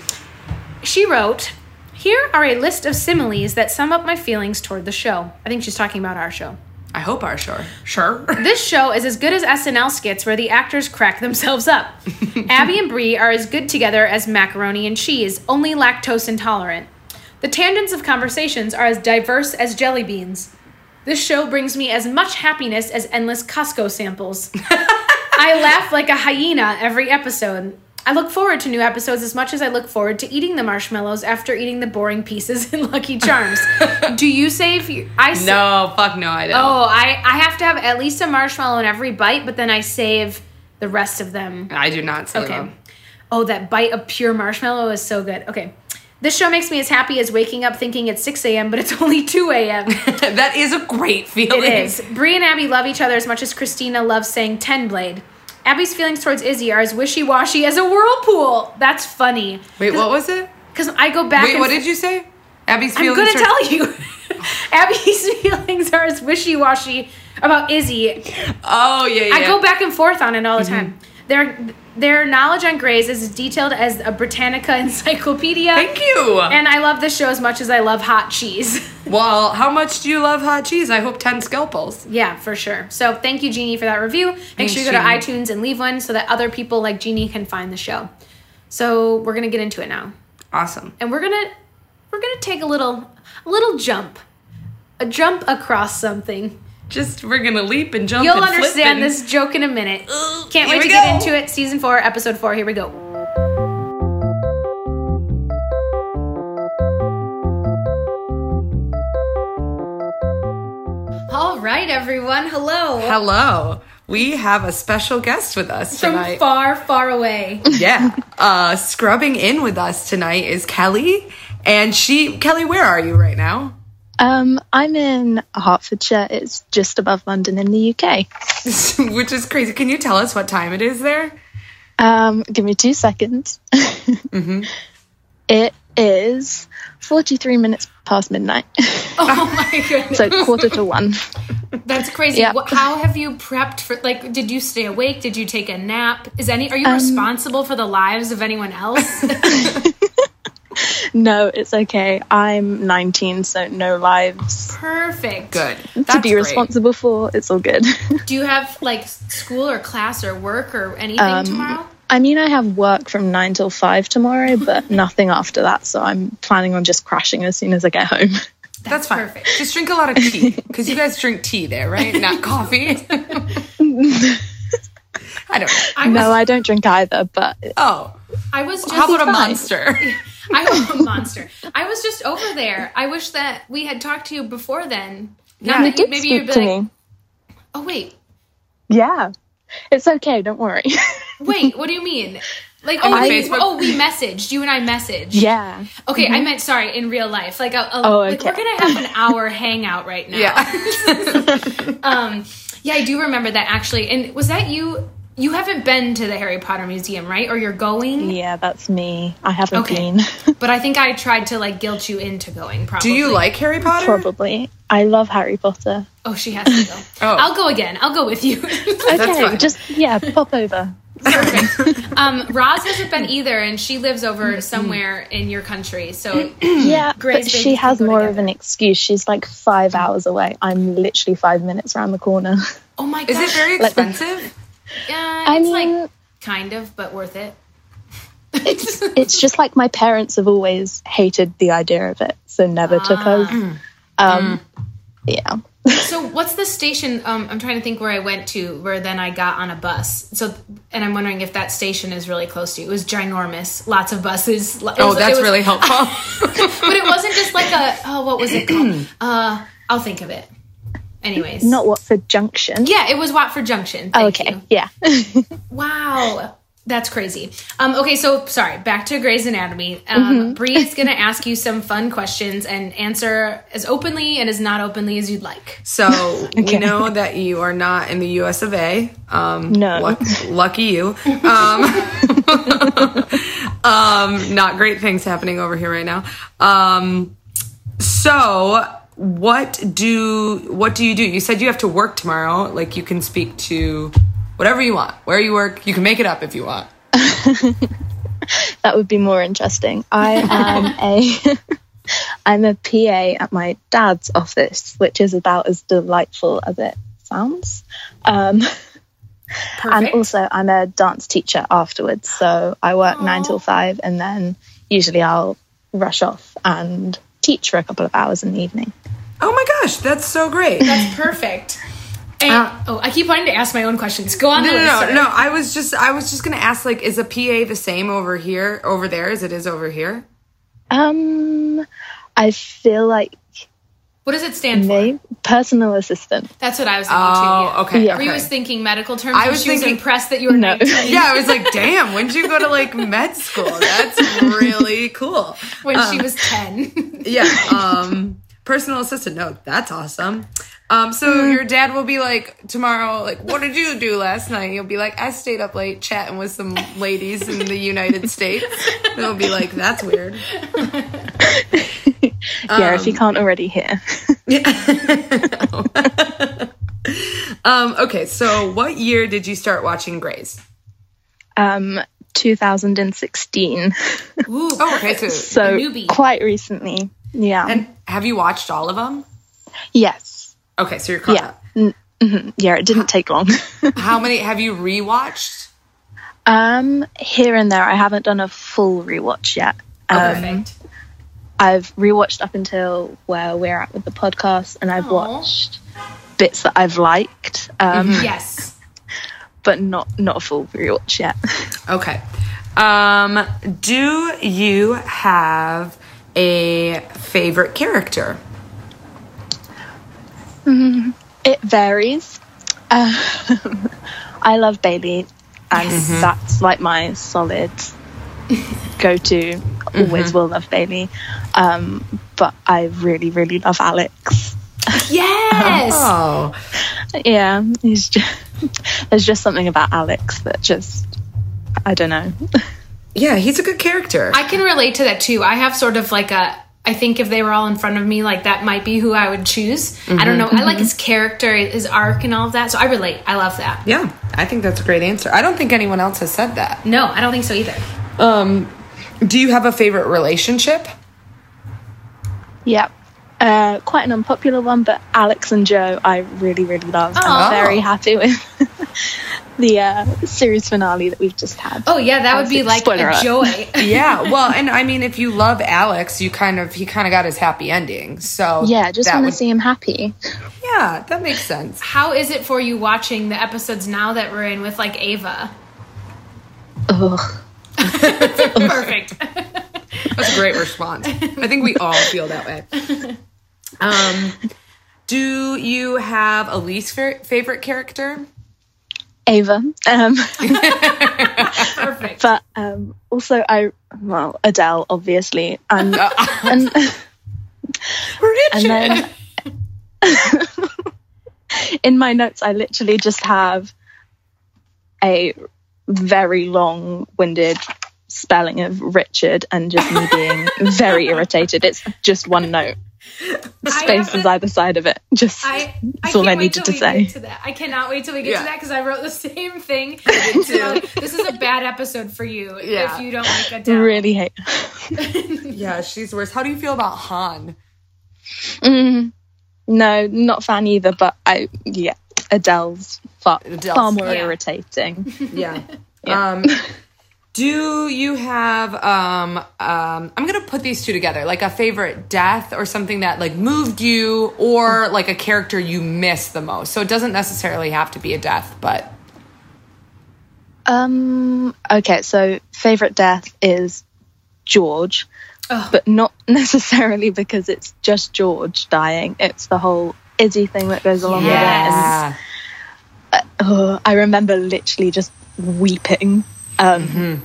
[SPEAKER 1] She wrote, Here are a list of similes that sum up my feelings toward the show. I think she's talking about our show.
[SPEAKER 2] i hope our sure sure
[SPEAKER 1] This show is as good as SNL skits where the actors crack themselves up. Abby and Brie are as good together as macaroni and cheese, only lactose intolerant. The tangents of conversations are as diverse as jelly beans. This show brings me as much happiness as endless Costco samples. I laugh like a hyena every episode. I look forward to new episodes as much as I look forward to eating the marshmallows after eating the boring pieces in Lucky Charms. Do you save? You- I sa-
[SPEAKER 2] no fuck no i don't
[SPEAKER 1] Oh, I, I have to have at least a marshmallow in every bite, but then I save the rest of them.
[SPEAKER 2] i do not say
[SPEAKER 1] Okay.
[SPEAKER 2] them
[SPEAKER 1] Oh, that bite of pure marshmallow is so good. Okay. This show makes me as happy as waking up thinking it's 6 a.m., but it's only 2 a.m.
[SPEAKER 2] that is a great feeling
[SPEAKER 1] It is. Brie and Abby love each other as much as Christina loves saying 10 blade. Abby's feelings towards Izzy are as wishy washy as a whirlpool. That's funny.
[SPEAKER 2] wait what was it
[SPEAKER 1] Because I go back
[SPEAKER 2] wait
[SPEAKER 1] and
[SPEAKER 2] what did you say abby's
[SPEAKER 1] I'm
[SPEAKER 2] feelings
[SPEAKER 1] gonna
[SPEAKER 2] are-
[SPEAKER 1] tell you. Abby's feelings are as wishy washy about Izzy
[SPEAKER 2] oh yeah Mm-hmm. yeah
[SPEAKER 1] I go back and forth on it all the time. Their their knowledge on Grays is as detailed as a Britannica encyclopedia.
[SPEAKER 2] thank you
[SPEAKER 1] And I love this show as much as I love hot cheese.
[SPEAKER 2] well how much do you love hot cheese i hope 10 scalpels
[SPEAKER 1] yeah, for sure. So thank you, Jeannie, for that review. Make
[SPEAKER 2] Thanks,
[SPEAKER 1] sure you go to
[SPEAKER 2] Jeannie.
[SPEAKER 1] iTunes and leave one so that other people like Jeannie can find the show. So we're gonna get into it now.
[SPEAKER 2] awesome
[SPEAKER 1] And we're gonna we're gonna take a little a little jump. A jump across something.
[SPEAKER 2] just we're gonna leap and jump
[SPEAKER 1] You'll
[SPEAKER 2] and flip
[SPEAKER 1] understand
[SPEAKER 2] and-
[SPEAKER 1] this joke in a minute.
[SPEAKER 2] Ugh,
[SPEAKER 1] Can't
[SPEAKER 2] here we
[SPEAKER 1] wait to get
[SPEAKER 2] go.
[SPEAKER 1] into it. Season four, episode four. Here we go. everyone. Hello.
[SPEAKER 2] Hello. We have a special guest with us
[SPEAKER 1] From
[SPEAKER 2] tonight.
[SPEAKER 1] far, far away.
[SPEAKER 2] yeah. Uh, scrubbing in with us tonight is Kelly. And she, Kelly, where are you right now?
[SPEAKER 3] Um, I'm in Hertfordshire. It's just above London in the UK.
[SPEAKER 2] Which is crazy. Can you tell us what time it is there?
[SPEAKER 3] Um, give me two seconds.
[SPEAKER 1] Mm-hmm.
[SPEAKER 3] It is 43 minutes past midnight,
[SPEAKER 1] Oh my goodness.
[SPEAKER 3] so quarter to one.
[SPEAKER 1] That's crazy.
[SPEAKER 3] Yeah.
[SPEAKER 1] What, how have you prepped for like did you stay awake? Did you take a nap? Is any
[SPEAKER 2] Um,
[SPEAKER 1] are you responsible for the lives of anyone else?
[SPEAKER 3] No, it's okay. I'm 19, so no lives
[SPEAKER 1] Perfect.
[SPEAKER 2] Good.
[SPEAKER 3] to be
[SPEAKER 2] great.
[SPEAKER 3] responsible for. It's all good.
[SPEAKER 1] Do you have like s- school or class or work or anything
[SPEAKER 3] Um,
[SPEAKER 1] tomorrow?
[SPEAKER 3] I mean, I have work from nine till five tomorrow, but nothing after that. So I'm planning on just crashing as soon as I get home.
[SPEAKER 2] That's fine.
[SPEAKER 1] perfect.
[SPEAKER 2] Just drink a lot of tea because you guys drink tea there, right? Not coffee. I don't know.
[SPEAKER 1] I was,
[SPEAKER 3] No, I don't drink either, but
[SPEAKER 2] Oh,
[SPEAKER 1] I was just
[SPEAKER 2] how about a
[SPEAKER 1] month?
[SPEAKER 2] monster?
[SPEAKER 1] I was a monster. I was just over there. I wish that we had talked to you before then. Not
[SPEAKER 2] Yeah,
[SPEAKER 1] that
[SPEAKER 3] you did
[SPEAKER 1] maybe
[SPEAKER 3] speak
[SPEAKER 1] you'd be
[SPEAKER 3] to
[SPEAKER 1] like,
[SPEAKER 3] me.
[SPEAKER 1] oh wait,
[SPEAKER 3] Yeah, it's okay. Don't worry.
[SPEAKER 1] wait, what do you mean? Like oh,
[SPEAKER 2] I-
[SPEAKER 1] we, oh, we messaged. You and I messaged.
[SPEAKER 3] yeah. Mm-hmm.
[SPEAKER 1] Okay, I meant sorry in real life. Like, a, a,
[SPEAKER 3] Oh,
[SPEAKER 1] like we're
[SPEAKER 3] okay.
[SPEAKER 1] gonna have an hour hangout right now.
[SPEAKER 2] yeah.
[SPEAKER 1] Um, yeah, I do remember that actually. And was that you? You haven't been to the Harry Potter Museum, right? Or you're going?
[SPEAKER 3] Yeah, that's me. I haven't
[SPEAKER 1] Okay.
[SPEAKER 3] been.
[SPEAKER 1] But I think I tried to like guilt you into going. Probably.
[SPEAKER 2] Do you like Harry Potter?
[SPEAKER 3] Probably. I love Harry Potter.
[SPEAKER 1] Oh, she has to go.
[SPEAKER 2] Oh.
[SPEAKER 1] I'll go again. I'll go with you.
[SPEAKER 3] Okay,
[SPEAKER 2] fine.
[SPEAKER 3] just yeah, pop over.
[SPEAKER 1] Perfect. Um, Roz hasn't been either, and she lives
[SPEAKER 2] Mm-hmm.
[SPEAKER 1] over somewhere in your country. So Grays
[SPEAKER 3] Yeah, but
[SPEAKER 1] babies
[SPEAKER 3] she
[SPEAKER 1] can
[SPEAKER 3] has
[SPEAKER 1] go
[SPEAKER 3] more of
[SPEAKER 1] together.
[SPEAKER 3] an excuse. She's like five hours away. I'm literally five minutes around the corner.
[SPEAKER 1] Oh my
[SPEAKER 2] Is
[SPEAKER 1] gosh.
[SPEAKER 2] it very
[SPEAKER 3] Let them-
[SPEAKER 2] expensive?
[SPEAKER 1] Yeah,
[SPEAKER 3] I
[SPEAKER 1] it's
[SPEAKER 3] mean,
[SPEAKER 1] like kind of, but worth it.
[SPEAKER 3] it's just like my parents have always hated the idea of it, so never took
[SPEAKER 1] Ah.
[SPEAKER 3] us.
[SPEAKER 1] Hmm.
[SPEAKER 3] Um, Yeah.
[SPEAKER 1] So what's the station? Um, I'm trying to think where I went to, where then I got on a bus. So, and I'm wondering if that station is really close to you. It was ginormous, lots of buses. Lo- it
[SPEAKER 2] Oh,
[SPEAKER 1] was- it
[SPEAKER 2] that's
[SPEAKER 1] was-
[SPEAKER 2] really helpful.
[SPEAKER 1] But it wasn't just like a. Oh, what was it called? uh, I'll think of it. Anyways,
[SPEAKER 3] Not Watford Junction.
[SPEAKER 1] Yeah, it was Watford Junction.
[SPEAKER 3] Oh,
[SPEAKER 1] Thank
[SPEAKER 3] okay.
[SPEAKER 1] you.
[SPEAKER 3] Yeah.
[SPEAKER 1] Wow. That's crazy. Um, okay, so sorry, back to Grey's Anatomy.
[SPEAKER 3] Mm-hmm.
[SPEAKER 1] Um, Bree is going to ask you some fun questions and answer as openly and as not openly as you'd like.
[SPEAKER 2] So we know that you are not in the U.S. of A. Um,
[SPEAKER 3] No.
[SPEAKER 2] luck- lucky you. Um, um, not great things happening over here right now. Um, so what do what do you do? You said you have to work tomorrow. Like you can speak to whatever you want, where you work. You can make it up if you want.
[SPEAKER 3] that would be more interesting. I am a I'm a PA at my dad's office, which is about as delightful as it sounds. Um, and
[SPEAKER 1] Perfect.
[SPEAKER 3] also, I'm a dance teacher afterwards, so I work nine till five, and then usually I'll rush off and teach for a couple of hours in the evening.
[SPEAKER 2] Oh my gosh, that's so great.
[SPEAKER 1] That's perfect.
[SPEAKER 3] Uh,
[SPEAKER 1] And, oh, I keep wanting to ask my own questions. Go on.
[SPEAKER 2] No,
[SPEAKER 1] the list,
[SPEAKER 2] no, no,
[SPEAKER 1] sorry.
[SPEAKER 2] no. I was just, I was just gonna ask, like, is a PA the same over here, over there, as it is over here?
[SPEAKER 3] Um, I feel like
[SPEAKER 1] What does it stand for?
[SPEAKER 3] maybe personal assistant.
[SPEAKER 1] That's what I was thinking too.
[SPEAKER 2] Oh,
[SPEAKER 1] yeah.
[SPEAKER 2] okay.
[SPEAKER 3] Yeah.
[SPEAKER 1] Bree
[SPEAKER 2] okay.
[SPEAKER 1] was thinking medical terms.
[SPEAKER 2] I
[SPEAKER 1] and
[SPEAKER 2] was
[SPEAKER 1] she
[SPEAKER 2] thinking-
[SPEAKER 1] was impressed that you were
[SPEAKER 3] No.
[SPEAKER 1] 19
[SPEAKER 2] yeah, I was like, damn, when did you go to like med school? That's really cool.
[SPEAKER 1] when
[SPEAKER 3] Uh-huh.
[SPEAKER 1] she was 10.
[SPEAKER 2] Yeah. Um, personal assistant. No, that's awesome. Um, so your dad will be like tomorrow, like, what did you do last night? You'll be like, I stayed up late chatting with some ladies in the United States. They'll be like, that's weird.
[SPEAKER 1] Um,
[SPEAKER 3] yeah, if you can't already hear.
[SPEAKER 2] Um, okay, so what year did you start watching Grays?
[SPEAKER 3] Um, 2016.
[SPEAKER 1] Ooh,
[SPEAKER 2] Oh, okay, so
[SPEAKER 3] so
[SPEAKER 1] newbie.
[SPEAKER 3] quite recently yeah
[SPEAKER 2] and have you watched all of them?
[SPEAKER 3] yes
[SPEAKER 2] Okay, so you're caught
[SPEAKER 3] yeah
[SPEAKER 2] up.
[SPEAKER 3] hmm yeah it didn't take long
[SPEAKER 2] How many have you rewatched?
[SPEAKER 3] um here and there i haven't done a full rewatch yet um,
[SPEAKER 1] perfect.
[SPEAKER 3] i've rewatched up until where we're at with the podcast and i've
[SPEAKER 1] Aw.
[SPEAKER 3] watched bits that i've liked um
[SPEAKER 1] yes.
[SPEAKER 3] but not not a full rewatch yet
[SPEAKER 2] Okay. Um, do you have a favorite character?
[SPEAKER 3] It varies. Um, I love Bailey, and that's like my solid go to. Always will love Bailey. Um, but I really, really love Alex.
[SPEAKER 1] Yes.
[SPEAKER 2] Oh,
[SPEAKER 3] Yeah, he's just, there's just something about Alex that just, I don't know.
[SPEAKER 2] yeah, he's a good character.
[SPEAKER 1] I can relate to that too. I have sort of like a I think if they were all in front of me, like that might be who I would choose. I don't know. I like his character, his arc, and all of that. So I relate. I love that.
[SPEAKER 2] yeah, I think that's a great answer. I don't think anyone else has said that.
[SPEAKER 1] No, I don't think so either.
[SPEAKER 2] Um, do you have a favorite relationship?
[SPEAKER 3] Yep. Uh, quite an unpopular one, but Alex and Joe, I really, really love.
[SPEAKER 1] Oh.
[SPEAKER 3] I'm very happy with the uh, series finale that we've just had.
[SPEAKER 1] Oh yeah, that would be
[SPEAKER 3] Obviously,
[SPEAKER 1] like
[SPEAKER 3] spoiler
[SPEAKER 1] a
[SPEAKER 3] alert.
[SPEAKER 1] joy.
[SPEAKER 2] Yeah, well, and I mean, if you love Alex, you kind of he kind of got his happy ending. So
[SPEAKER 3] Yeah, just
[SPEAKER 2] that
[SPEAKER 3] want to
[SPEAKER 2] would-
[SPEAKER 3] see him happy.
[SPEAKER 2] Yeah, that makes sense.
[SPEAKER 1] How is it for you watching the episodes now that we're in with like Ava?
[SPEAKER 3] Ugh.
[SPEAKER 1] Perfect.
[SPEAKER 2] That's a great response. I think we all feel that way. Um, do you have a least fa- favorite character?
[SPEAKER 3] Ava. Um,
[SPEAKER 1] Perfect.
[SPEAKER 3] but um, also, I, well, Adele, obviously. And, and, and then in my notes, I literally just have a very long winded spelling of Richard and just me being very irritated. It's just one note, spaces
[SPEAKER 1] I, have
[SPEAKER 3] either side of it. Just
[SPEAKER 1] to- I, I
[SPEAKER 3] that's all
[SPEAKER 1] can't
[SPEAKER 3] I
[SPEAKER 1] wait till
[SPEAKER 3] needed to
[SPEAKER 1] we get
[SPEAKER 3] say.
[SPEAKER 1] to that. I cannot wait till we get
[SPEAKER 2] Yeah.
[SPEAKER 1] to that because I wrote the same thing. So this is a bad episode for you
[SPEAKER 2] Yeah.
[SPEAKER 1] if you don't like Adele.
[SPEAKER 3] Really hate.
[SPEAKER 2] Yeah, she's worse. How do you feel about Han?
[SPEAKER 3] Mm, no, not fan either. But I, yeah, Adele's far,
[SPEAKER 2] Adele's-
[SPEAKER 3] far more
[SPEAKER 1] yeah.
[SPEAKER 3] irritating.
[SPEAKER 2] Yeah.
[SPEAKER 3] Yeah.
[SPEAKER 2] Um, do you have? Um, um, I'm gonna put these two together, like a favorite death or something that like moved you, or like a character you miss the most. So it doesn't necessarily have to be a death, but
[SPEAKER 3] Um. Okay. So favorite death is George, but not necessarily because it's just George dying. It's the whole Izzy thing that goes along with it.
[SPEAKER 1] Yes.
[SPEAKER 3] And, oh, I remember literally just weeping. Um.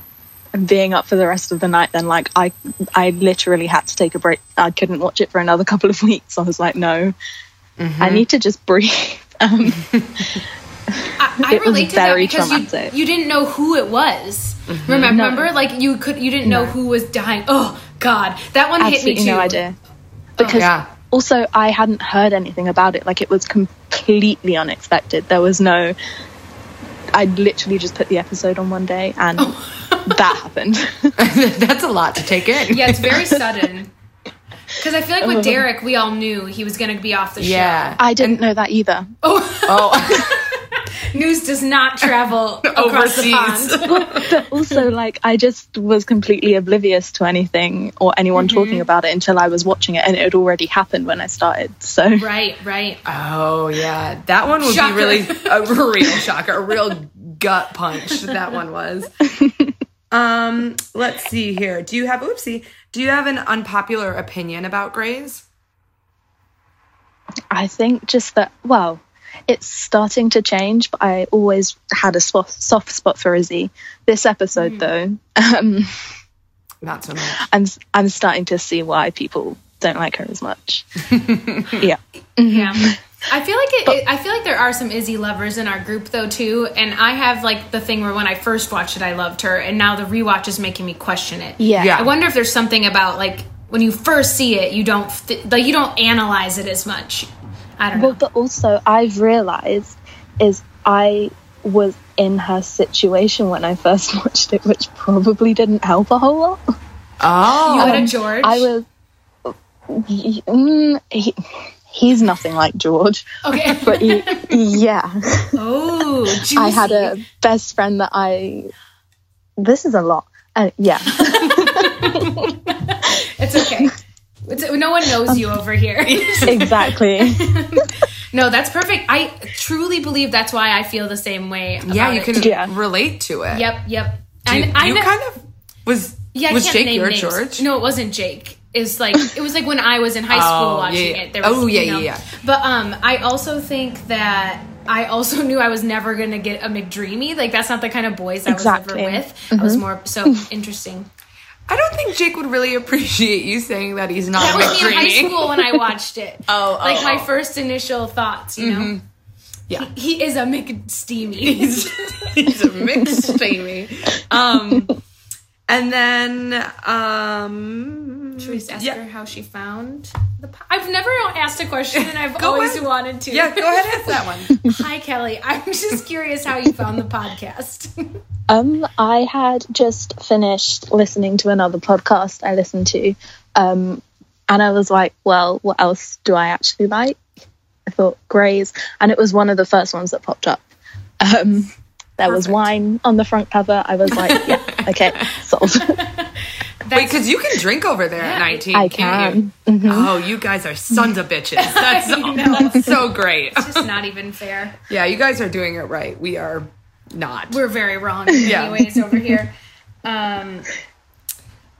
[SPEAKER 3] And being up for the rest of the night, then like I, I literally had to take a break. I couldn't watch it for another couple of weeks. I was like, no, I need to just breathe. Um,
[SPEAKER 1] I, I
[SPEAKER 3] It was
[SPEAKER 1] relate to that
[SPEAKER 3] very
[SPEAKER 1] because you,
[SPEAKER 3] traumatic.
[SPEAKER 1] you didn't know who it was.
[SPEAKER 2] Mm-hmm.
[SPEAKER 1] Remember,
[SPEAKER 3] No.
[SPEAKER 1] remember? like you could you didn't know who was dying. Oh God, that one hit
[SPEAKER 3] absolutely
[SPEAKER 1] me too. Oh.
[SPEAKER 3] no idea. Because
[SPEAKER 2] yeah.
[SPEAKER 3] also I hadn't heard anything about it. Like it was completely unexpected. There was no. I literally just put the episode on one day and
[SPEAKER 1] Oh.
[SPEAKER 3] that happened.
[SPEAKER 2] that's a lot to take in.
[SPEAKER 1] Yeah, it's very sudden. Because I feel like with Derek, we all knew he was going to be off the show.
[SPEAKER 2] Yeah.
[SPEAKER 3] I didn't know that either.
[SPEAKER 2] Oh,
[SPEAKER 1] News does not travel across the
[SPEAKER 2] Overseas.
[SPEAKER 1] pond.
[SPEAKER 3] But also, like, I just was completely oblivious to anything or anyone
[SPEAKER 1] Mm-hmm.
[SPEAKER 3] talking about it until I was watching it and it had already happened when I started. So,
[SPEAKER 1] Right, right.
[SPEAKER 2] oh yeah. That one would
[SPEAKER 1] Shocker.
[SPEAKER 2] be really a real shocker, a real gut punch. That one was. Um, let's see here. Do you have oopsie? Do you have an unpopular opinion about Grays?
[SPEAKER 3] I think just that, well, it's starting to change, but I always had a soft, soft spot for Izzy. This
[SPEAKER 1] Mm.
[SPEAKER 3] episode, though, um,
[SPEAKER 2] Not so much.
[SPEAKER 1] Uh,
[SPEAKER 3] I'm I'm starting to see why people don't like her as much. yeah.
[SPEAKER 1] Yeah. I feel like it, it- I feel like there are some Izzy lovers in our group though too, and I have like the thing where when I first watched it, I loved her, and now the rewatch is making me question it.
[SPEAKER 3] Yeah.
[SPEAKER 2] Yeah.
[SPEAKER 1] I wonder if there's something about like when you first see it, you don't th- like you don't analyze it as much. I don't
[SPEAKER 3] Well,
[SPEAKER 1] know.
[SPEAKER 3] but also I've realised is I was in her situation when I first watched it, which probably didn't help a whole lot.
[SPEAKER 2] Oh,
[SPEAKER 1] You had a George.
[SPEAKER 3] um, I was. Mm, he, he's nothing like George,
[SPEAKER 1] okay.
[SPEAKER 3] but he, yeah.
[SPEAKER 1] oh, juicy.
[SPEAKER 3] I had a best friend that I. This is a lot. Uh, yeah.
[SPEAKER 1] It's okay. It's, no one knows you over here.
[SPEAKER 3] exactly.
[SPEAKER 1] no, that's perfect. I truly believe that's why I feel the same way. About
[SPEAKER 2] yeah. You
[SPEAKER 1] it.
[SPEAKER 2] can
[SPEAKER 3] Yeah.
[SPEAKER 2] relate to it.
[SPEAKER 1] Yep, yep.
[SPEAKER 2] You,
[SPEAKER 1] I, I
[SPEAKER 2] you
[SPEAKER 1] ne-
[SPEAKER 2] kind of was
[SPEAKER 1] yeah, I
[SPEAKER 2] was
[SPEAKER 1] can't
[SPEAKER 2] Jake
[SPEAKER 1] name
[SPEAKER 2] your
[SPEAKER 1] names.
[SPEAKER 2] George?
[SPEAKER 1] No, it wasn't Jake. is like it was like when I was in high school
[SPEAKER 2] Oh,
[SPEAKER 1] watching
[SPEAKER 2] yeah.
[SPEAKER 1] it. There was,
[SPEAKER 2] Oh, yeah,
[SPEAKER 1] you know.
[SPEAKER 2] yeah, yeah.
[SPEAKER 1] But um, I also think that I also knew I was never gonna get a McDreamy. Like that's not the kind of boys I
[SPEAKER 3] Exactly.
[SPEAKER 1] was ever with. I was more so interesting.
[SPEAKER 2] I don't think Jake would really appreciate you saying that he's not
[SPEAKER 1] That was me in high
[SPEAKER 2] dreaming.
[SPEAKER 1] school when I watched it.
[SPEAKER 2] Oh, oh,
[SPEAKER 1] like my
[SPEAKER 2] oh. Mm-hmm.
[SPEAKER 1] first initial thoughts. You know,
[SPEAKER 2] Yeah.
[SPEAKER 1] he, he is a McSteamy.
[SPEAKER 2] He's a mixed Jamie. Um, and then um,
[SPEAKER 1] Should we just ask
[SPEAKER 2] Yeah.
[SPEAKER 1] her how she found the? Po- I've never asked a question, and I've
[SPEAKER 2] Go
[SPEAKER 1] always
[SPEAKER 2] ahead.
[SPEAKER 1] wanted to.
[SPEAKER 2] yeah, go ahead ask that one.
[SPEAKER 1] Hi, Kelly. I'm just curious how you found the podcast.
[SPEAKER 3] Um, I had just finished listening to another podcast I listened to, um, and I was like, well, what else do I actually like? I thought Greys, and it was one of the first ones that popped up. Um, there was
[SPEAKER 2] Perfect.
[SPEAKER 3] wine on the front cover. I was like, yeah, okay, solved.
[SPEAKER 2] Wait, because you can drink over there at
[SPEAKER 1] Yeah,
[SPEAKER 2] 19.
[SPEAKER 3] I
[SPEAKER 2] can't you?
[SPEAKER 3] can. Mm-hmm.
[SPEAKER 2] Oh, you guys are sons of bitches. That's so great.
[SPEAKER 1] It's just not even fair.
[SPEAKER 2] Yeah, you guys are doing it right. We are not.
[SPEAKER 1] We're very wrong in
[SPEAKER 2] Yeah.
[SPEAKER 1] many ways over here. Um,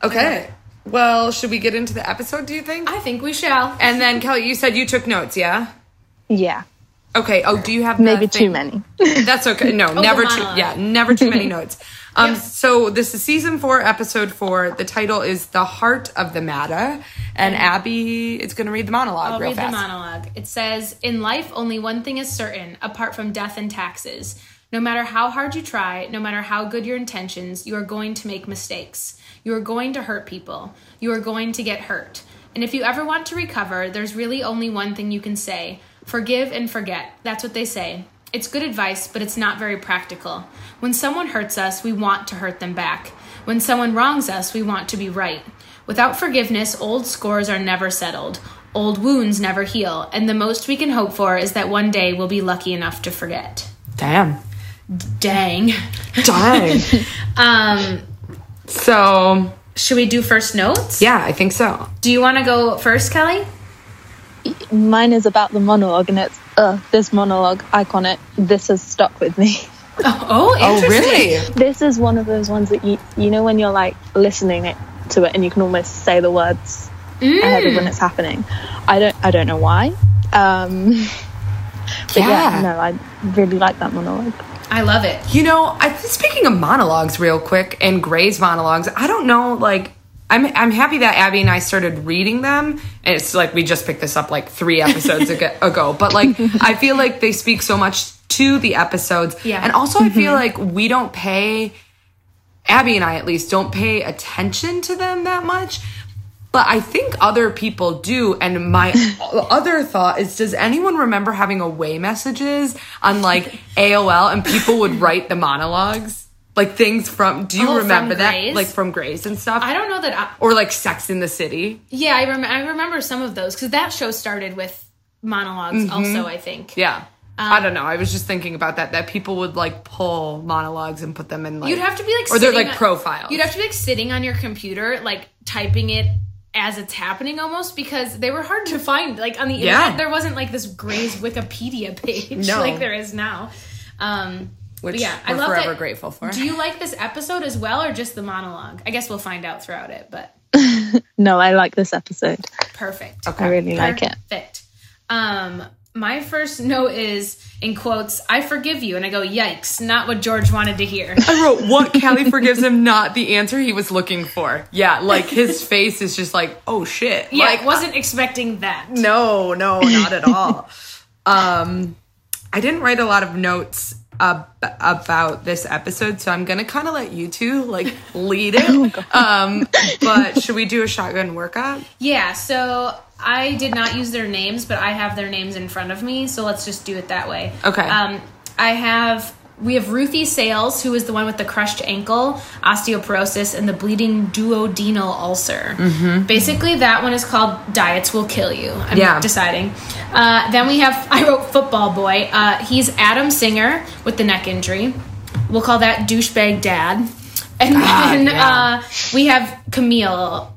[SPEAKER 2] okay. Well, should we get into the episode, do you think?
[SPEAKER 1] I think we shall.
[SPEAKER 2] And then, Kelly, you said you took notes, yeah?
[SPEAKER 3] Yeah,
[SPEAKER 2] Okay. Oh, do you have the
[SPEAKER 3] maybe
[SPEAKER 2] thing?
[SPEAKER 3] too many.
[SPEAKER 2] That's okay. No, never too.
[SPEAKER 1] monologue.
[SPEAKER 2] Yeah, never too many notes. Um,
[SPEAKER 1] Yep.
[SPEAKER 2] So this is season four, episode four. The title is "The Heart of the Matter," and Abby is going to read the monolog
[SPEAKER 1] I'll
[SPEAKER 2] real
[SPEAKER 1] read
[SPEAKER 2] fast.
[SPEAKER 1] the monologue. It says, "In life, only one thing is certain, apart from death and taxes. No matter how hard you try, no matter how good your intentions, you are going to make mistakes. You are going to hurt people. You are going to get hurt. And if you ever want to recover, there's really only one thing you can say: forgive and forget. That's what they say. It's good advice, but it's not very practical. When someone hurts us, we want to hurt them back. When someone wrongs us, we want to be right. Without forgiveness, old scores are never settled, old wounds never heal, and the most we can hope for is that one day we'll be lucky enough to forget.
[SPEAKER 2] Damn.
[SPEAKER 1] Dang.
[SPEAKER 2] Dang.
[SPEAKER 1] Um,
[SPEAKER 2] so
[SPEAKER 1] should we do first notes?
[SPEAKER 2] yeah, I think so.
[SPEAKER 1] Do you want to go first, Kelly?
[SPEAKER 3] Mine is about the monologue, and it's uh, this monologue iconic. This has stuck with me.
[SPEAKER 1] Oh,
[SPEAKER 2] Oh,
[SPEAKER 1] interesting.
[SPEAKER 2] really?
[SPEAKER 3] This is one of those ones that you you know when you're like listening it to it and you can almost say the words ahead of when it's happening. I don't I don't know why. Um, but yeah.
[SPEAKER 2] Yeah.
[SPEAKER 3] no, I really like that monologue.
[SPEAKER 1] I love it.
[SPEAKER 2] You know, I, speaking of monologues, real quick, and Gray's monologues, I don't know. Like, I'm I'm happy that Abby and I started reading them, and it's like we just picked this up like three episodes ago, ago. But like, I feel like they speak so much to the episodes,
[SPEAKER 1] Yeah.
[SPEAKER 2] And also, I feel like
[SPEAKER 3] Mm-hmm.
[SPEAKER 2] we don't pay Abby and I at least don't pay attention to them that much. But I think other people do. And my other thought is does anyone remember having away messages on like AOL and people would write the monologues? Like things from, do you
[SPEAKER 1] Oh, from
[SPEAKER 2] remember that?
[SPEAKER 1] Grey's?
[SPEAKER 2] Like from Grays and stuff?
[SPEAKER 1] I don't know that. I,
[SPEAKER 2] or like Sex in the City?
[SPEAKER 1] yeah, I, rem- I remember some of those because that show started with monologs also, I think.
[SPEAKER 2] Yeah. I
[SPEAKER 1] Um,
[SPEAKER 2] don't know. I was just thinking about that, that people would like pull monologues and put them in like.
[SPEAKER 1] You'd have to be like,
[SPEAKER 2] Or they're
[SPEAKER 1] sitting
[SPEAKER 2] like
[SPEAKER 1] on-
[SPEAKER 2] profiles.
[SPEAKER 1] You'd have to be like sitting on your computer, like typing it as it's happening almost because they were hard to find. Like on the
[SPEAKER 2] Yeah.
[SPEAKER 1] internet, there wasn't like this Gray's Wikipedia page
[SPEAKER 2] No.
[SPEAKER 1] like there is now. Um, but
[SPEAKER 2] Which
[SPEAKER 1] yeah, I
[SPEAKER 2] we're
[SPEAKER 1] love
[SPEAKER 2] forever
[SPEAKER 1] that-
[SPEAKER 2] grateful for.
[SPEAKER 1] Do you like this episode as well, or just the monologue? I guess we'll find out throughout it. But
[SPEAKER 3] No, I like this episode.
[SPEAKER 1] perfect.
[SPEAKER 3] I really like it.
[SPEAKER 1] Perfect. Um, my first note is in quotes. I forgive you, and I go, "Yikes!" Not what George wanted to hear.
[SPEAKER 2] I wrote what Callie forgives him, not the answer he was looking for. Yeah, like his face is just like, oh shit.
[SPEAKER 1] Yeah,
[SPEAKER 2] like,
[SPEAKER 1] wasn't expecting that.
[SPEAKER 2] no, no, not at all. um, I didn't write a lot of notes ab- about this episode, so I'm gonna kind of let you two like lead
[SPEAKER 1] Oh
[SPEAKER 2] it. um, but should we do a shotgun workout?
[SPEAKER 1] Yeah, so I did not use their names, but I have their names in front of me, so let's just do it that way.
[SPEAKER 2] Okay.
[SPEAKER 1] Um, I have we have Ruthie Sales, who is the one with the crushed ankle, osteoporosis, and the bleeding duodenal ulcer. Basically, that one is called "Diets Will Kill You." I'm
[SPEAKER 2] Mm-hmm. Yeah.
[SPEAKER 1] deciding. Uh, then we have I wrote "Football Boy." Uh, he's Adam Singer with the neck injury. We'll call that douchebag dad. And then
[SPEAKER 2] yeah.
[SPEAKER 1] uh, we have Camille.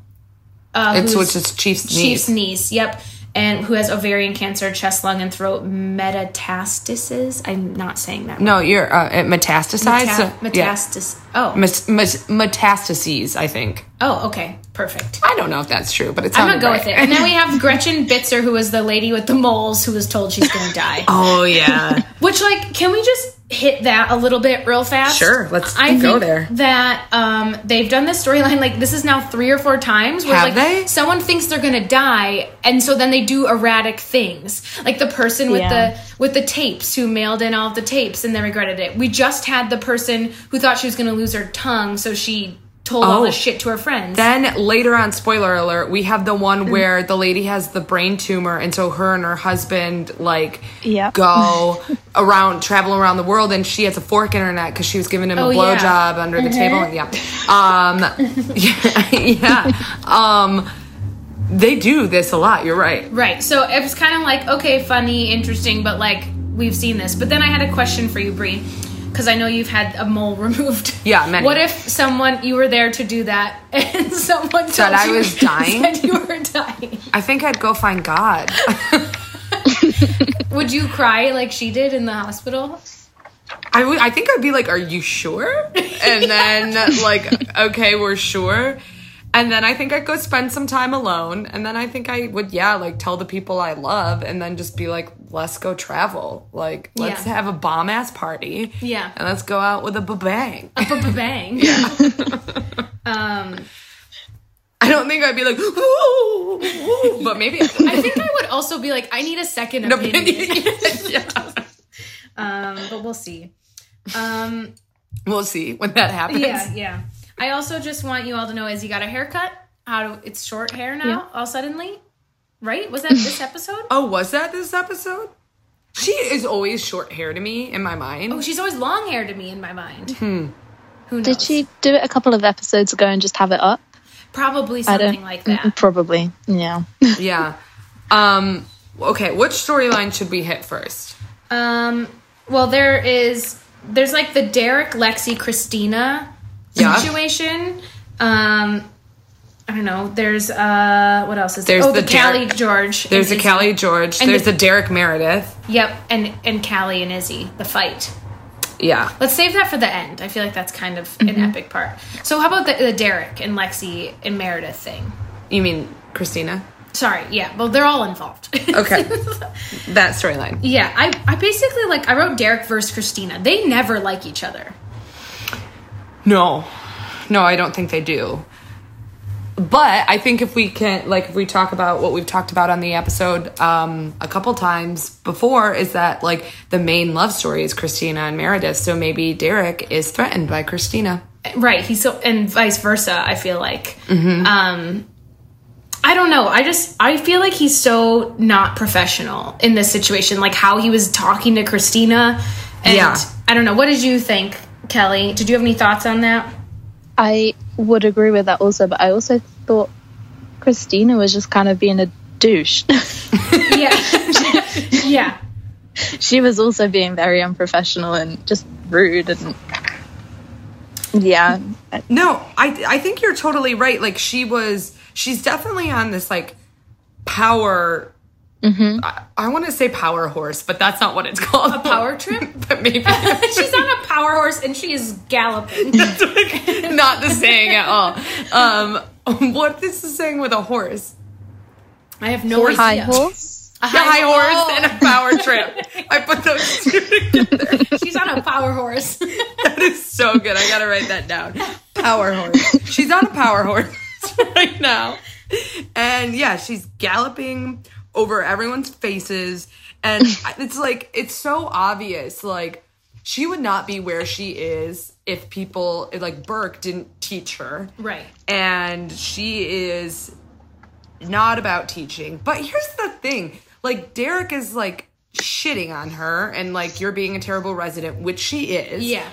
[SPEAKER 1] Uh,
[SPEAKER 2] It's which
[SPEAKER 1] who's-
[SPEAKER 2] is Chief's niece.
[SPEAKER 1] Chief's niece, yep. And who has ovarian cancer, chest, lung, and throat metastases. I'm not saying that.
[SPEAKER 2] No, you're uh, it metastasized.
[SPEAKER 1] Meta-
[SPEAKER 2] so- yeah.
[SPEAKER 1] metastasis. Oh.
[SPEAKER 2] Mes- mes- metastases, I think.
[SPEAKER 1] oh, okay. Perfect.
[SPEAKER 2] I don't know if that's true, but it's.
[SPEAKER 1] I'm gonna go with it. And then we have Gretchen Bitzer, who was the lady with the moles, who was told she's gonna die.
[SPEAKER 2] Oh yeah.
[SPEAKER 1] Which, like, can we just hit that a little bit real fast?
[SPEAKER 2] Sure, let's
[SPEAKER 1] I
[SPEAKER 2] go
[SPEAKER 1] think
[SPEAKER 2] there.
[SPEAKER 1] That um, they've done this storyline like this is now three or four times where
[SPEAKER 2] Have
[SPEAKER 1] like
[SPEAKER 2] they?
[SPEAKER 1] someone thinks they're gonna die, and so then they do erratic things, like the person with
[SPEAKER 3] Yeah.
[SPEAKER 1] the with the tapes who mailed in all of the tapes and then regretted it. We just had the person who thought she was gonna lose her tongue, so she told all
[SPEAKER 2] Oh.
[SPEAKER 1] this shit to her friends.
[SPEAKER 2] Then later on, spoiler alert, we have the one where the lady has the brain tumor, and so her and her husband like
[SPEAKER 3] Yep.
[SPEAKER 2] go around, travel around the world, and she has a fork in her neck because she was giving him
[SPEAKER 1] Oh,
[SPEAKER 2] a
[SPEAKER 1] yeah.
[SPEAKER 2] blowjob under the table. and Yeah, um, yeah, yeah. Um, they do this a lot. You're right.
[SPEAKER 1] Right. So it was kind of like, okay, funny, interesting, but like we've seen this. But then I had a question for you, Bree, because I know you've had a mole removed.
[SPEAKER 2] Yeah, many.
[SPEAKER 1] What if someone you were there to do that and someone
[SPEAKER 2] Said
[SPEAKER 1] told
[SPEAKER 2] I
[SPEAKER 1] you-
[SPEAKER 2] was dying?
[SPEAKER 1] Said you were dying.
[SPEAKER 2] I think I'd go find God.
[SPEAKER 1] Would you cry like she did in the hospital?
[SPEAKER 2] I would. I think I'd be like, "Are you sure?" And then like, "Okay, we're sure." And then I think I'd go spend some time alone. And then I think I would, yeah, like tell the people I love, and then just be like, "Let's go travel. Like, let's
[SPEAKER 1] Yeah.
[SPEAKER 2] have a bomb ass party.
[SPEAKER 1] Yeah. Uh,
[SPEAKER 2] and let's go out with a bang."
[SPEAKER 1] Bang. um,
[SPEAKER 2] I don't think I'd be like, "Woo, woo," but maybe I
[SPEAKER 1] I think I would also be like, I need a second opinion.
[SPEAKER 2] yeah.
[SPEAKER 1] Um, but we'll see. Um,
[SPEAKER 2] We'll see when that happens.
[SPEAKER 1] Yeah, yeah. I also just want you all to know is he got a haircut? How do it's short hair now all suddenly? Right? Was that this episode?
[SPEAKER 2] Oh, was that this episode? She is always short hair to me in my mind.
[SPEAKER 1] Oh, she's always long hair to me in my mind.
[SPEAKER 2] Hmm.
[SPEAKER 1] Who knows?
[SPEAKER 3] Did she do it a couple of episodes ago and just have it up?
[SPEAKER 1] Probably
[SPEAKER 3] I don't-
[SPEAKER 1] something like
[SPEAKER 2] Mm-hmm.
[SPEAKER 1] that.
[SPEAKER 3] Probably. Yeah.
[SPEAKER 2] Yeah. Um okay, which storyline should we hit first?
[SPEAKER 1] Um well there is there's like the Derek Lexi Christina
[SPEAKER 2] Yeah.
[SPEAKER 1] situation. Um I don't know. There's uh what else is there?
[SPEAKER 2] There's
[SPEAKER 1] oh, the,
[SPEAKER 2] the
[SPEAKER 1] Callie
[SPEAKER 2] Derek-
[SPEAKER 1] George. and
[SPEAKER 2] There's the
[SPEAKER 1] Izzy.
[SPEAKER 2] Callie George,
[SPEAKER 1] And
[SPEAKER 2] there's
[SPEAKER 1] the-
[SPEAKER 2] the Derek Meredith.
[SPEAKER 1] Yep, and and Callie and Izzy, the fight.
[SPEAKER 2] Yeah.
[SPEAKER 1] Let's save that for the end. I feel like that's kind of
[SPEAKER 2] Mm-hmm.
[SPEAKER 1] an epic part. So how about the, the Derek and Lexi and Meredith thing?
[SPEAKER 2] You mean Christina?
[SPEAKER 1] Sorry, yeah. Well, they're all involved.
[SPEAKER 2] Okay. that storyline.
[SPEAKER 1] yeah, I, I basically like I wrote Derek versus Christina. They never like each other.
[SPEAKER 2] No. No, I don't think they do. But I think if we can like if we talk about what we've talked about on the episode um a couple times before is that like the main love story is Christina and Meredith, so maybe Derek is threatened by Christina.
[SPEAKER 1] Right. He's so and vice versa, I feel like.
[SPEAKER 2] Mm-hmm.
[SPEAKER 1] Um I don't know. I just I feel like he's so not professional in this situation, like how he was talking to Christina. And
[SPEAKER 2] Yeah.
[SPEAKER 1] I don't know. What did you think, Kelly? Did you have any thoughts on that?
[SPEAKER 3] I would agree with that also, but I also thought Christina was just kind of being a douche.
[SPEAKER 1] Yeah. yeah.
[SPEAKER 3] she was also being very unprofessional and just rude and yeah.
[SPEAKER 2] No, I I think you're totally right. Like she was, she's definitely on this like power. I, I want to say power horse, but that's not what it's called. Mm-hmm. A
[SPEAKER 1] Power trip?
[SPEAKER 2] but maybe
[SPEAKER 1] She's on a power horse and she is galloping.
[SPEAKER 2] not the saying at all. Um, what is the saying with a horse?
[SPEAKER 1] I have no idea.
[SPEAKER 3] High horse.
[SPEAKER 1] A
[SPEAKER 2] A high horse
[SPEAKER 1] oh,
[SPEAKER 2] and a power trip. I put those two together.
[SPEAKER 1] she's on a power horse.
[SPEAKER 2] That is so good. I gotta write that down. Power horse. She's on a power horse right now. And yeah, she's galloping over everyone's faces. And it's like, it's so obvious. Like, she would not be where she is if people, like, Burke didn't teach her.
[SPEAKER 1] right.
[SPEAKER 2] And she is not about teaching. But here's the thing like, Derek is like shitting on her and like, you're being a terrible resident, which she is.
[SPEAKER 1] Yeah.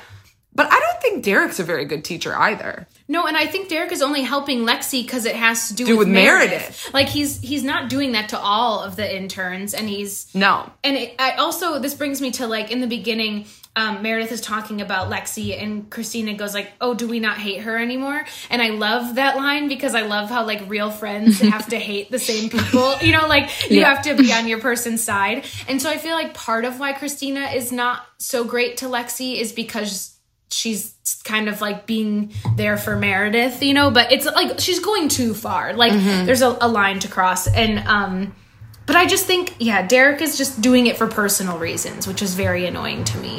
[SPEAKER 2] But I don't think Derek's a very good teacher either.
[SPEAKER 1] No, and I think Derek is only helping Lexi because it has to do,
[SPEAKER 2] Do
[SPEAKER 1] with,
[SPEAKER 2] with
[SPEAKER 1] Meredith.
[SPEAKER 2] Meredith.
[SPEAKER 1] Like he's he's not doing that to all of the interns, and he's
[SPEAKER 2] No.
[SPEAKER 1] and it, I also this brings me to like in the beginning, um, Meredith is talking about Lexi, and Christina goes like, "Oh, do we not hate her anymore?" And I love that line because I love how like real friends have to hate the same people. You know, like you
[SPEAKER 3] Yeah.
[SPEAKER 1] have to be on your person's side, and so I feel like part of why Christina is not so great to Lexi is because she's kind of like being there for Meredith, you know, but it's like she's going too far. Like there's a, a line to cross and um but I just think yeah, Derek is just doing it for personal reasons, which is very annoying to me.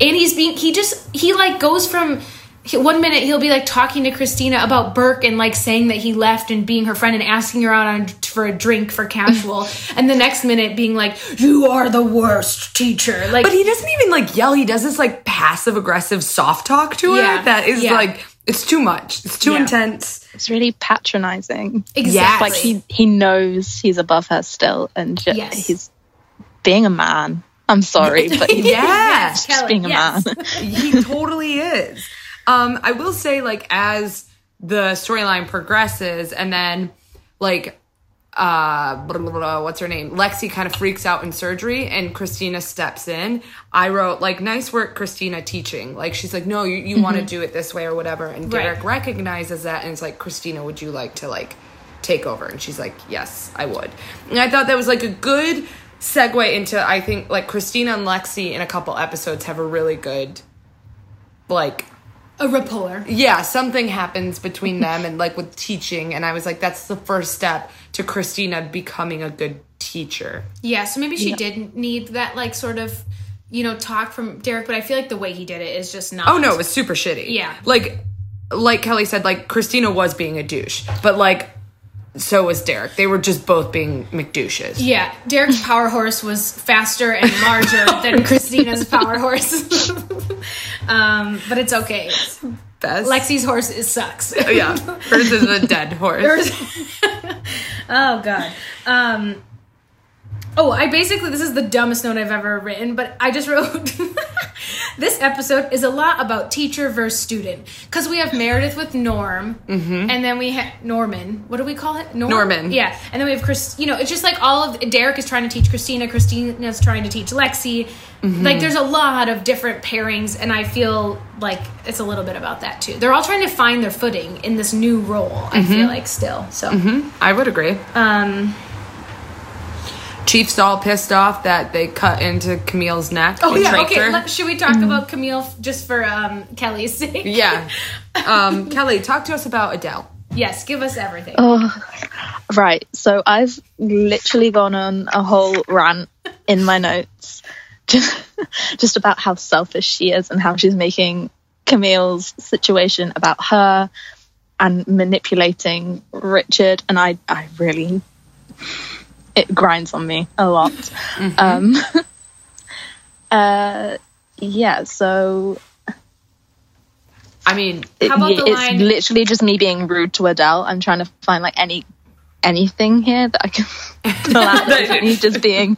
[SPEAKER 1] And he's being he just he like goes from he- one minute he'll be like talking to Christina about Burke and like saying that he left and being her friend and asking her out on, for a drink for casual, and the next minute being like, "You are the worst teacher." Like,
[SPEAKER 2] But he doesn't even like yell. He does this like passive aggressive soft talk to her
[SPEAKER 1] Yeah.
[SPEAKER 2] that is
[SPEAKER 1] Yeah.
[SPEAKER 2] like it's too much. It's too
[SPEAKER 1] Yeah.
[SPEAKER 2] intense.
[SPEAKER 3] It's really patronizing.
[SPEAKER 1] exactly.
[SPEAKER 3] Like he he knows he's above her still, and ju-
[SPEAKER 1] Yes.
[SPEAKER 3] he's being a man. I'm sorry, but he's
[SPEAKER 2] Yeah.
[SPEAKER 3] just being a
[SPEAKER 1] Yes.
[SPEAKER 3] man.
[SPEAKER 2] he totally is. Um, I will say, like, as the storyline progresses, and then, like, uh, blah, blah, blah, what's her name? Lexi kind of freaks out in surgery, and Christina steps in. I wrote, like, nice work, Christina, teaching. Like, she's like, no, you, you want to do it this way or whatever. And
[SPEAKER 1] Right.
[SPEAKER 2] Derek recognizes that, and it's like, Christina, would you like to, like, take over? And she's like, yes, I would. And I thought that was, like, a good segue into, I think, like, Christina and Lexi in a couple episodes have a really good like
[SPEAKER 1] a rapport.
[SPEAKER 2] yeah something happens between them and like with teaching and i was like that's the first step to christina becoming a good teacher
[SPEAKER 1] Yeah, so maybe she didn't need that like sort of you know talk from Derek, but I feel like the way he did it is just not.
[SPEAKER 2] oh no it was super shitty
[SPEAKER 1] Yeah.
[SPEAKER 2] like like kelly said like christina was being a douche but like so was derek they were just both being mcdouches
[SPEAKER 1] Yeah, Derek's power horse was faster and larger than Christina's power horse. um, but it's okay.
[SPEAKER 2] best Oh,
[SPEAKER 1] Lexi's horse is sucks.
[SPEAKER 2] yeah hers is a dead horse
[SPEAKER 1] Oh god. Um Oh, I basically this is the dumbest note I've ever written, but I just wrote this episode is a lot about teacher versus student because we have Meredith with Norm, and then we have Norman. What do we call it? Norm?
[SPEAKER 2] Norman.
[SPEAKER 1] Yeah, and then we have Chris. You know, it's just like all of Derek is trying to teach Christina. Christina's trying to teach Lexi. Like, there's a lot of different pairings, and I feel like it's a little bit about that too. They're all trying to find their footing in this new role. I feel like still. So
[SPEAKER 2] i would agree
[SPEAKER 1] um,
[SPEAKER 2] chief's all pissed off that they cut into camille's neck
[SPEAKER 1] oh
[SPEAKER 2] and
[SPEAKER 1] yeah,
[SPEAKER 2] raped
[SPEAKER 1] okay.
[SPEAKER 2] her. Mm-hmm.
[SPEAKER 1] let- should we talk about Camille f- just for um, Kelly's sake?
[SPEAKER 2] yeah um, kelly talk to us about adele
[SPEAKER 1] Yes, give us everything.
[SPEAKER 2] Oh.
[SPEAKER 3] Right. So I've literally gone on a whole rant in my notes just, just about how selfish she is and how she's making Camille's situation about her and manipulating Richard. And I, I really, it grinds on me a lot. Um, uh, yeah. So
[SPEAKER 2] i mean
[SPEAKER 3] it-
[SPEAKER 1] How about
[SPEAKER 3] yeah,
[SPEAKER 1] the
[SPEAKER 3] it's
[SPEAKER 1] line-
[SPEAKER 3] literally just me being rude to Adele. I'm trying to find like any anything here that I can pull out. It's me just being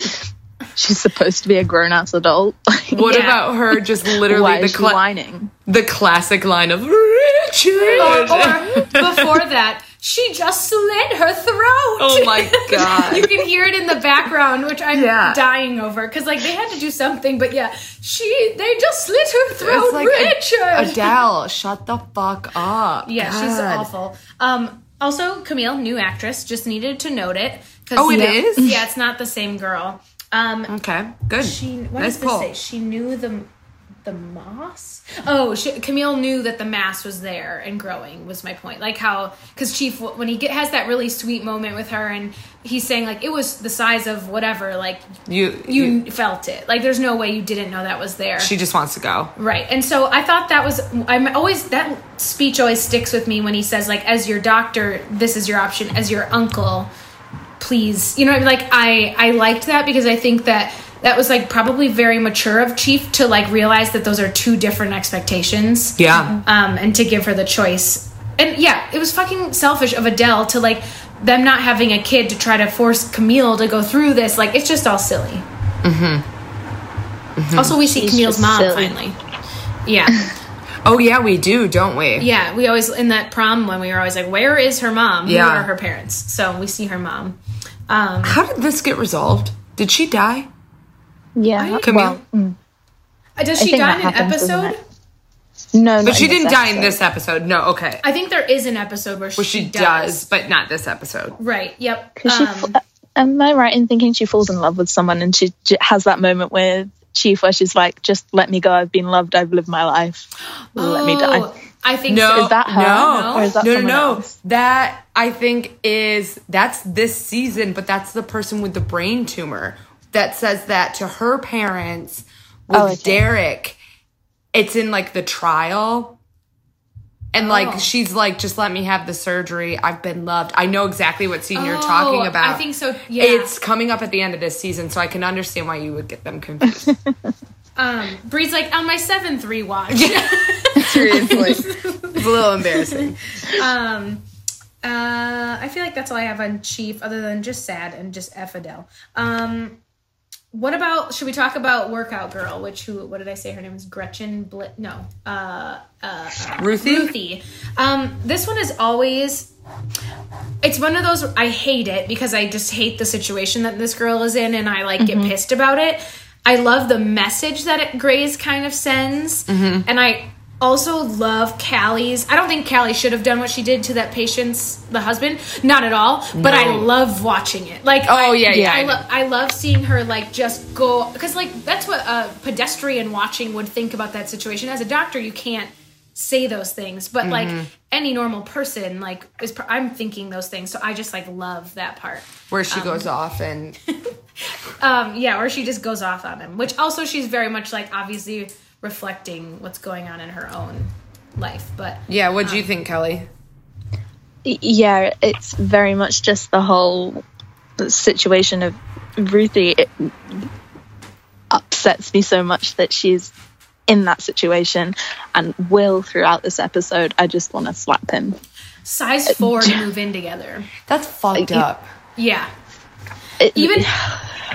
[SPEAKER 3] she's supposed to be a grown ass adult. Like,
[SPEAKER 2] What
[SPEAKER 1] Yeah.
[SPEAKER 2] about her just
[SPEAKER 3] why
[SPEAKER 2] literally the,
[SPEAKER 3] is she
[SPEAKER 2] cla-
[SPEAKER 3] whining?
[SPEAKER 2] the classic line of Richard?
[SPEAKER 1] or, or before that, she just slit her throat.
[SPEAKER 2] oh my
[SPEAKER 1] you
[SPEAKER 2] god.
[SPEAKER 1] can hear it in the background, which I'm
[SPEAKER 2] Yeah.
[SPEAKER 1] dying over because like they had to do something, but yeah, she they just slit her throat,
[SPEAKER 2] It's like Ad-
[SPEAKER 1] Richard.
[SPEAKER 2] Adele, shut the fuck up.
[SPEAKER 1] yeah, she's
[SPEAKER 2] God.
[SPEAKER 1] awful. Um, also Camille, new actress, just needed to note it. 'cause-
[SPEAKER 2] Oh, it
[SPEAKER 1] yeah,
[SPEAKER 2] is?
[SPEAKER 1] Yeah, it's not the same girl. Um,
[SPEAKER 2] Okay, good.
[SPEAKER 1] She what
[SPEAKER 2] nice
[SPEAKER 1] does this
[SPEAKER 2] pull.
[SPEAKER 1] say? She knew the the moss. Oh, she, Camille knew that the mass was there and growing. Was my point? Like how because Chief when he get, has that really sweet moment with her and he's saying like it was the size of whatever. Like
[SPEAKER 2] You,
[SPEAKER 1] you, felt it. Like there's no way you didn't know that was there.
[SPEAKER 2] She just wants to go.
[SPEAKER 1] Right. And so I thought that was I'm always that speech always sticks with me when he says like as your doctor this is your option as your uncle please. You know, like I I liked that because I think that that was like probably very mature of Chief to like realize that those are two different expectations.
[SPEAKER 2] Yeah.
[SPEAKER 1] Um and to give her the choice. And yeah, it was fucking selfish of Adele to like them not having a kid to try to force Camille to go through this. Like it's just all silly. Mm-hmm. Also, we see
[SPEAKER 3] She's
[SPEAKER 1] Camille's mom
[SPEAKER 3] just silly.
[SPEAKER 1] finally. Yeah.
[SPEAKER 2] Oh yeah, we do, don't we?
[SPEAKER 1] Yeah, we always in that prom when we were always like, "Where is her mom?
[SPEAKER 2] Yeah.
[SPEAKER 1] Who are her parents?" So we see her mom. Um,
[SPEAKER 2] How did this get resolved? Did she die?
[SPEAKER 3] Yeah.
[SPEAKER 2] Camille?
[SPEAKER 3] Well,
[SPEAKER 1] does
[SPEAKER 3] I
[SPEAKER 1] she
[SPEAKER 3] think
[SPEAKER 1] die
[SPEAKER 3] that
[SPEAKER 1] in an
[SPEAKER 3] happens, doesn't
[SPEAKER 1] episode?
[SPEAKER 3] no,
[SPEAKER 2] But she didn't die in this episode. No, okay.
[SPEAKER 1] I think there is an episode where she,
[SPEAKER 2] Well, she does, but not this episode.
[SPEAKER 1] Right. Yep.
[SPEAKER 3] Because she, uh,
[SPEAKER 1] Um,
[SPEAKER 3] fa- am I right in thinking she falls in love with someone and she j- has that moment with Chief, where she's like, "Just let me go. I've been loved. I've lived my life. let me
[SPEAKER 2] Oh,
[SPEAKER 3] die."
[SPEAKER 1] oh, I think
[SPEAKER 2] No,
[SPEAKER 1] so.
[SPEAKER 3] Is that her?
[SPEAKER 2] No,
[SPEAKER 3] Or is that
[SPEAKER 2] no, no,
[SPEAKER 3] someone
[SPEAKER 2] no.
[SPEAKER 3] else?
[SPEAKER 2] That I think is that's this season, but that's the person with the brain tumor that says that to her parents with
[SPEAKER 3] Oh, I see.
[SPEAKER 2] Derek. It's in like the trial. And like
[SPEAKER 1] Oh.
[SPEAKER 2] she's like, just let me have the surgery. I've been loved. I know exactly what scene you're
[SPEAKER 1] Oh,
[SPEAKER 2] talking
[SPEAKER 1] I
[SPEAKER 2] about.
[SPEAKER 1] think so, yeah.
[SPEAKER 2] It's coming up at the end of this season, so I can understand why you would get them confused.
[SPEAKER 1] Um, Bree's like on my seventh rewatch.
[SPEAKER 2] Seriously, it's a little embarrassing.
[SPEAKER 1] um, uh, I feel like that's all I have on Chief, other than just sad and just F Adele. Um, what about? Should we talk about Workout Girl? Which who? What did I say? Her name is Gretchen. Blit no, uh, uh,
[SPEAKER 2] Ruthie,
[SPEAKER 1] Ruthie. Um, this one is always. It's one of those I hate it because I just hate the situation that this girl is in, and I like get pissed about it. I love the message that it Grays kind of sends, and I also love Callie's. I don't think Callie should have done what she did to that patient's the husband, not at all. But I
[SPEAKER 2] No.
[SPEAKER 1] love watching it. Like,
[SPEAKER 2] Oh,
[SPEAKER 1] I-
[SPEAKER 2] yeah, yeah, I
[SPEAKER 1] I,
[SPEAKER 2] know.
[SPEAKER 1] lo- I love seeing her like just go because like that's what a pedestrian watching would think about that situation. As a doctor, you can't say those things, but
[SPEAKER 2] Mm-hmm.
[SPEAKER 1] like any normal person, like is pr- I'm thinking those things. So I just like love that part.
[SPEAKER 2] where she goes off and
[SPEAKER 1] Um, yeah, or she just goes off on him, which also she's very much like obviously reflecting what's going on in her own life. But
[SPEAKER 2] Yeah, what do you think, Kelly?
[SPEAKER 3] Y- Yeah, it's very much just the whole situation of Ruthie. It upsets me so much that she's in that situation, and Will throughout this episode, I just want to slap him.
[SPEAKER 1] size four move in together.
[SPEAKER 2] That's fucked up.
[SPEAKER 1] Yeah,
[SPEAKER 3] It-
[SPEAKER 1] even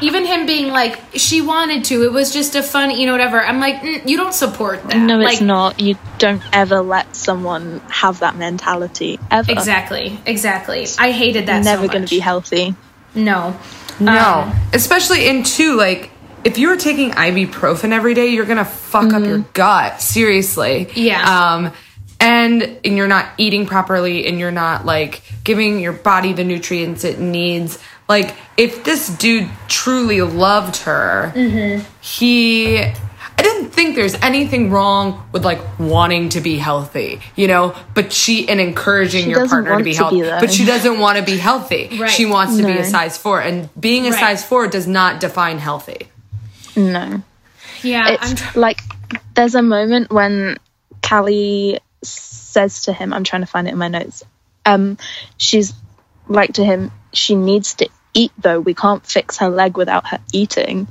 [SPEAKER 1] even him being like she wanted to it was just a fun you know whatever i'm like mm, you don't support that
[SPEAKER 3] No, it's
[SPEAKER 1] Like,
[SPEAKER 3] not. You don't ever let someone have that mentality ever.
[SPEAKER 1] exactly exactly i hated that
[SPEAKER 3] Never
[SPEAKER 1] so
[SPEAKER 3] going to
[SPEAKER 1] much.
[SPEAKER 3] be healthy.
[SPEAKER 1] no
[SPEAKER 2] No.
[SPEAKER 1] Um,
[SPEAKER 2] Especially in two, like, if you're taking ibuprofen every day, you're gonna fuck up your gut. Seriously.
[SPEAKER 1] Yeah.
[SPEAKER 2] Um, and and you're not eating properly and you're not like giving your body the nutrients it needs. Like, if this dude truly loved her, he I didn't think there's anything wrong with like wanting to be healthy, you know, but she and encouraging your
[SPEAKER 3] doesn't
[SPEAKER 2] partner to
[SPEAKER 3] want
[SPEAKER 2] be
[SPEAKER 3] to be
[SPEAKER 2] healthy.
[SPEAKER 3] that.
[SPEAKER 2] but she doesn't want to be healthy.
[SPEAKER 1] Right.
[SPEAKER 2] She wants to be a
[SPEAKER 3] No.
[SPEAKER 2] size four, and being a
[SPEAKER 1] Right.
[SPEAKER 2] size four does not define healthy.
[SPEAKER 3] No.
[SPEAKER 1] yeah i'm
[SPEAKER 3] It's
[SPEAKER 1] tr-
[SPEAKER 3] like there's a moment when Callie says to him, I'm trying to find it in my notes. Um, she's like to him, she needs to eat though. We can't fix her leg without her eating.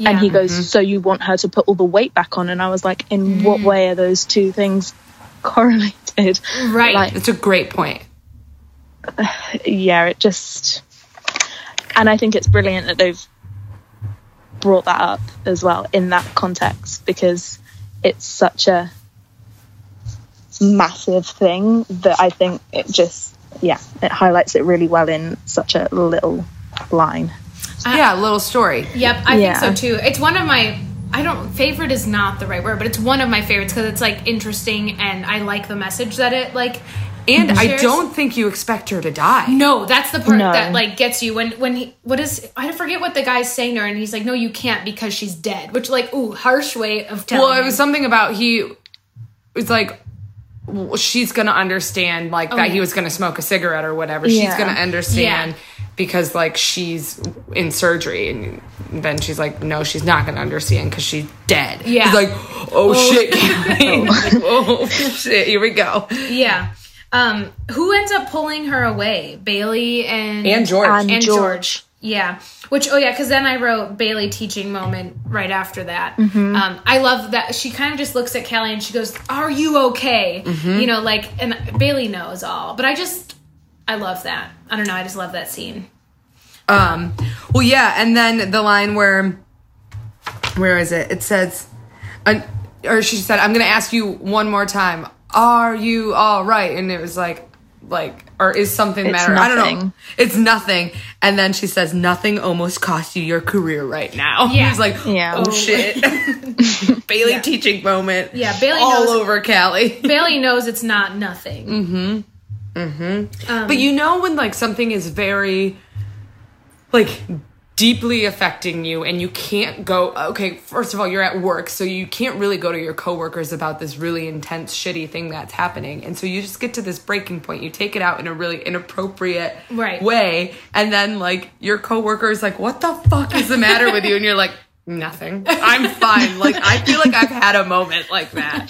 [SPEAKER 3] And he
[SPEAKER 1] Yeah.
[SPEAKER 3] goes, So you want her to put all the weight back on? And I was like, In
[SPEAKER 1] Mm.
[SPEAKER 3] what way are those two things correlated?
[SPEAKER 1] Right.
[SPEAKER 3] Like,
[SPEAKER 2] That's a great point.
[SPEAKER 3] yeah, it just. And I think it's brilliant that they've brought that up as well in that context because it's such a massive thing that I think it just, yeah, it highlights it really well in such a little line.
[SPEAKER 1] Uh,
[SPEAKER 2] yeah, little story.
[SPEAKER 1] Yep, I
[SPEAKER 3] Yeah.
[SPEAKER 1] think so too. It's one of my I don't favorite is not the right word, but it's one of my favorites because it's like interesting and I like the message that it like.
[SPEAKER 2] And I
[SPEAKER 1] shares.
[SPEAKER 2] don't think you expect her to die.
[SPEAKER 1] No, that's the part
[SPEAKER 3] No.
[SPEAKER 1] that like gets you when when he what is I forget what the guy's saying to her and he's like, no, you can't because she's dead, which like ooh harsh way of telling.
[SPEAKER 2] Well, it
[SPEAKER 1] him.
[SPEAKER 2] was something about he it was like w- she's gonna understand like that he
[SPEAKER 1] Oh, yeah.
[SPEAKER 2] was gonna smoke a cigarette or whatever. She's
[SPEAKER 3] Yeah.
[SPEAKER 2] gonna understand because like she's in surgery and then she's like no she's not going to understand because she's dead
[SPEAKER 1] Yeah.
[SPEAKER 2] he's like oh, shit Kelly." Like, oh shit here we go
[SPEAKER 1] Yeah. Um, who ends up pulling her away? Bailey and
[SPEAKER 2] and george
[SPEAKER 3] And-
[SPEAKER 1] and George.
[SPEAKER 3] George.
[SPEAKER 1] Yeah. Which oh yeah, because then I wrote Bailey teaching moment right after that. Um, I love that she kind of just looks at Kelly and she goes, "Are you okay?"
[SPEAKER 2] Mm-hmm.
[SPEAKER 1] You know, like and Bailey knows all, but I just I love that. I don't know. I just love that scene.
[SPEAKER 2] Um, well, yeah, and then the line where, where is it? It says, an, or she said, "I'm gonna ask you one more time. Are you all right?" And it was like, like, or is something
[SPEAKER 3] It's
[SPEAKER 2] matter? I don't know.
[SPEAKER 3] nothing.
[SPEAKER 2] It's nothing. And then she says, "Nothing almost cost you your career right now."
[SPEAKER 1] Yeah.
[SPEAKER 2] He's like,
[SPEAKER 3] Yeah.
[SPEAKER 2] "Oh shit." Bailey teaching moment.
[SPEAKER 1] Yeah, Bailey
[SPEAKER 2] all
[SPEAKER 1] knows-
[SPEAKER 2] over Callie.
[SPEAKER 1] Bailey knows it's not nothing.
[SPEAKER 2] Mm. But you know when like something is very like deeply affecting you and you can't go okay first of all you're at work so you can't really go to your coworkers about this really intense shitty thing that's happening and so you just get to this breaking point you take it out in a really inappropriate
[SPEAKER 1] Right.
[SPEAKER 2] way and then like your coworker is like what the fuck is the matter with you and you're like nothing i'm fine like i feel like i've had a moment like that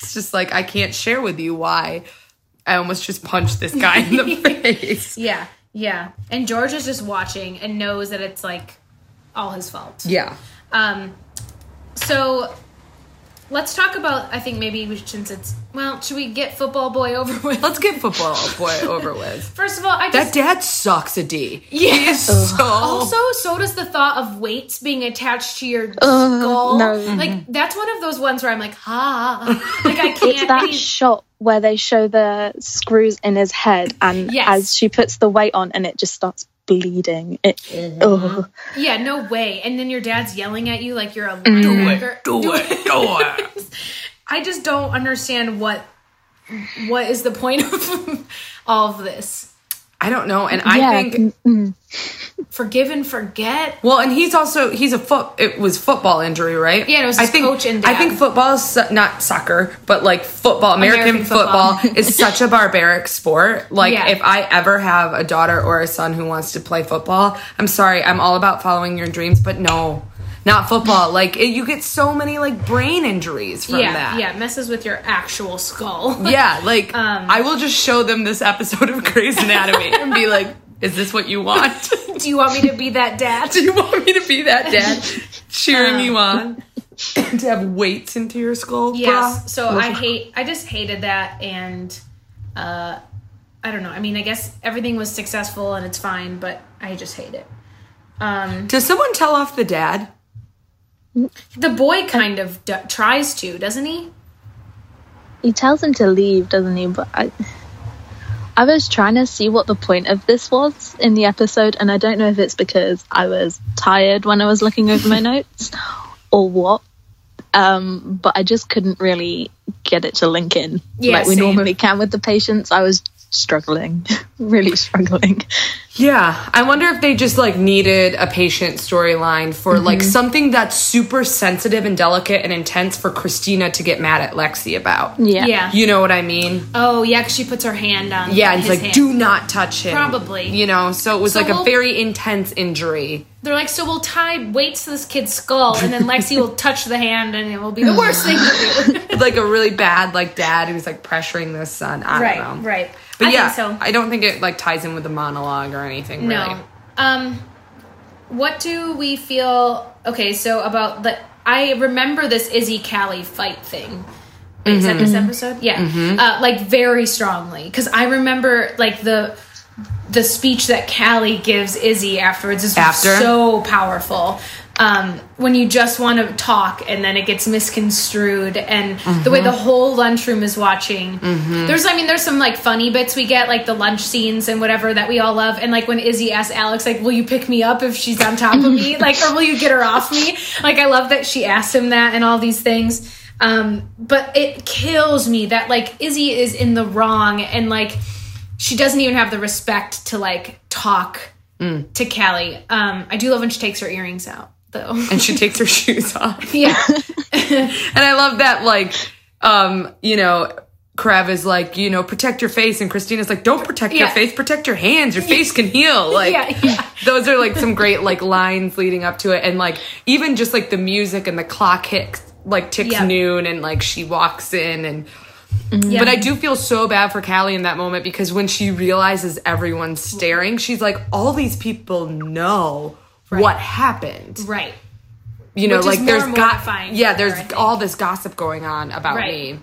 [SPEAKER 2] it's just like i can't share with you why i almost just punched this guy in the face
[SPEAKER 1] Yeah, yeah. And George is just watching and knows that it's like all his fault.
[SPEAKER 2] yeah
[SPEAKER 1] Um, so let's talk about. I think maybe we should, since it's well, should we get football boy over with?
[SPEAKER 2] let's get football boy over with
[SPEAKER 1] First of all, I
[SPEAKER 2] That
[SPEAKER 1] just
[SPEAKER 2] dad sucks a D.
[SPEAKER 1] yeah.
[SPEAKER 2] So
[SPEAKER 1] Also, so does the thought of weights being attached to your
[SPEAKER 3] Ugh,
[SPEAKER 1] skull.
[SPEAKER 3] Uh, no. Mm-hmm.
[SPEAKER 1] Like that's one of those ones where I'm like, ha, like I
[SPEAKER 3] It's
[SPEAKER 1] can't. I
[SPEAKER 3] that
[SPEAKER 1] need-
[SPEAKER 3] shot where they show the screws in his head, and
[SPEAKER 1] Yes.
[SPEAKER 3] as she puts the weight on, and it just starts bleeding. It,
[SPEAKER 2] Mm-hmm.
[SPEAKER 3] oh, ugh.
[SPEAKER 1] yeah, no way. And then your dad's yelling at you like you're a
[SPEAKER 3] Mm-hmm.
[SPEAKER 1] linebacker.
[SPEAKER 2] it, do it.
[SPEAKER 1] I just don't understand what what is the point of all of this.
[SPEAKER 2] I don't know, and I
[SPEAKER 3] yeah,
[SPEAKER 2] think
[SPEAKER 1] Forgive and forget.
[SPEAKER 2] well, and he's also he's a foot. It was football injury, right?
[SPEAKER 1] Yeah, and it was
[SPEAKER 2] I
[SPEAKER 1] his
[SPEAKER 2] think
[SPEAKER 1] coach and
[SPEAKER 2] I think
[SPEAKER 1] dad.
[SPEAKER 2] football is su- not soccer, but like football, American,
[SPEAKER 1] American
[SPEAKER 2] football,
[SPEAKER 1] football.
[SPEAKER 2] is such a barbaric sport. Like
[SPEAKER 1] Yeah.
[SPEAKER 2] if I ever have a daughter or a son who wants to play football, I'm sorry, I'm all about following your dreams, but no. Not football. Like it, you get so many like brain injuries from
[SPEAKER 1] yeah,
[SPEAKER 2] that.
[SPEAKER 1] yeah, Um, messes with your actual skull.
[SPEAKER 2] Yeah, like I will just show them this episode of Grey's Anatomy and be like, "Is this what you want?
[SPEAKER 1] Do you want me to be that dad?
[SPEAKER 2] Do you want me to be that dad cheering you on Uh. and to have weights into your skull?"
[SPEAKER 1] Yes.
[SPEAKER 2] bruh?
[SPEAKER 1] So I hate. I just hated that, and uh, I don't know. I mean, I guess everything was successful and it's fine, but I just hate it. Um,
[SPEAKER 2] Does someone tell off the dad?
[SPEAKER 1] the boy kind of d- tries to, doesn't he?
[SPEAKER 3] he tells him to leave, doesn't he? But I, I was trying to see what the point of this was in the episode, and I don't know if it's because I was tired when I was looking over my notes or what. Um, but I just couldn't really get it to link in
[SPEAKER 1] Yeah,
[SPEAKER 3] like we
[SPEAKER 1] same.
[SPEAKER 3] normally can with the patients. I was struggling, really struggling.
[SPEAKER 2] Yeah, I wonder if they just like needed a patient storyline for like something that's super sensitive and delicate and intense for Christina to get mad at Lexi about.
[SPEAKER 3] Yeah.
[SPEAKER 1] Yeah.
[SPEAKER 2] You know what I mean?
[SPEAKER 1] Oh, yeah. 'cause she puts her hand on.
[SPEAKER 2] Yeah, and
[SPEAKER 1] his
[SPEAKER 2] it's like,
[SPEAKER 1] hand.
[SPEAKER 2] do not touch him.
[SPEAKER 1] Probably.
[SPEAKER 2] You know, so it was like a
[SPEAKER 1] we'll-
[SPEAKER 2] very intense injury.
[SPEAKER 1] They're like, so we'll tie weights to this kid's skull, and then Lexi will touch the hand, and it will be the worst thing to do.
[SPEAKER 2] Like a really bad, like, dad who's like pressuring this son. I don't
[SPEAKER 1] right.
[SPEAKER 2] know.
[SPEAKER 1] Right.
[SPEAKER 2] But
[SPEAKER 1] I
[SPEAKER 2] yeah,
[SPEAKER 1] think so.
[SPEAKER 2] I don't think it like ties in with the monologue or anything really.
[SPEAKER 1] No. Um, what do we feel? Okay, so about the I remember this Izzy Callie fight thing. Wait, Is that this episode? Yeah, uh, like very strongly because I remember like the the speech that Callie gives Izzy afterwards is
[SPEAKER 2] After?
[SPEAKER 1] so powerful. Um, when you just want to talk and then it gets misconstrued, and the way the whole lunchroom is watching.
[SPEAKER 2] Mm-hmm.
[SPEAKER 1] There's, I mean, there's some like funny bits we get, like the lunch scenes and whatever that we all love. And like when Izzy asks Alex, like, "Will you pick me up if she's on top of me? Like, or will you get her off me?" Like, I love that she asked him that and all these things. Um, but it kills me that like Izzy is in the wrong and like she doesn't even have the respect to like talk
[SPEAKER 2] Mm.
[SPEAKER 1] to Callie. Um, I do love when she takes her earrings out though.
[SPEAKER 2] And she takes her shoes off.
[SPEAKER 1] yeah,
[SPEAKER 2] And I love that like um, you know, Krav is like, you know, protect your face and Christina's like, don't protect your
[SPEAKER 1] Yeah.
[SPEAKER 2] face, protect your hands. Your face can heal. Like
[SPEAKER 1] yeah, yeah.
[SPEAKER 2] those are like some great like lines leading up to it and like even just like the music and the clock hits like ticks
[SPEAKER 1] Yeah.
[SPEAKER 2] noon and like she walks in and
[SPEAKER 1] yeah.
[SPEAKER 2] but I do feel so bad for Callie in that moment because when she realizes everyone's
[SPEAKER 1] Mm-hmm.
[SPEAKER 2] staring, she's like, all these people know what happened.
[SPEAKER 1] right.
[SPEAKER 2] You know,
[SPEAKER 1] Which is
[SPEAKER 2] like
[SPEAKER 1] more
[SPEAKER 2] there's got
[SPEAKER 1] mortifying
[SPEAKER 2] yeah,
[SPEAKER 1] for her,
[SPEAKER 2] there's
[SPEAKER 1] I think.
[SPEAKER 2] all this gossip going on about
[SPEAKER 1] Right.
[SPEAKER 2] me.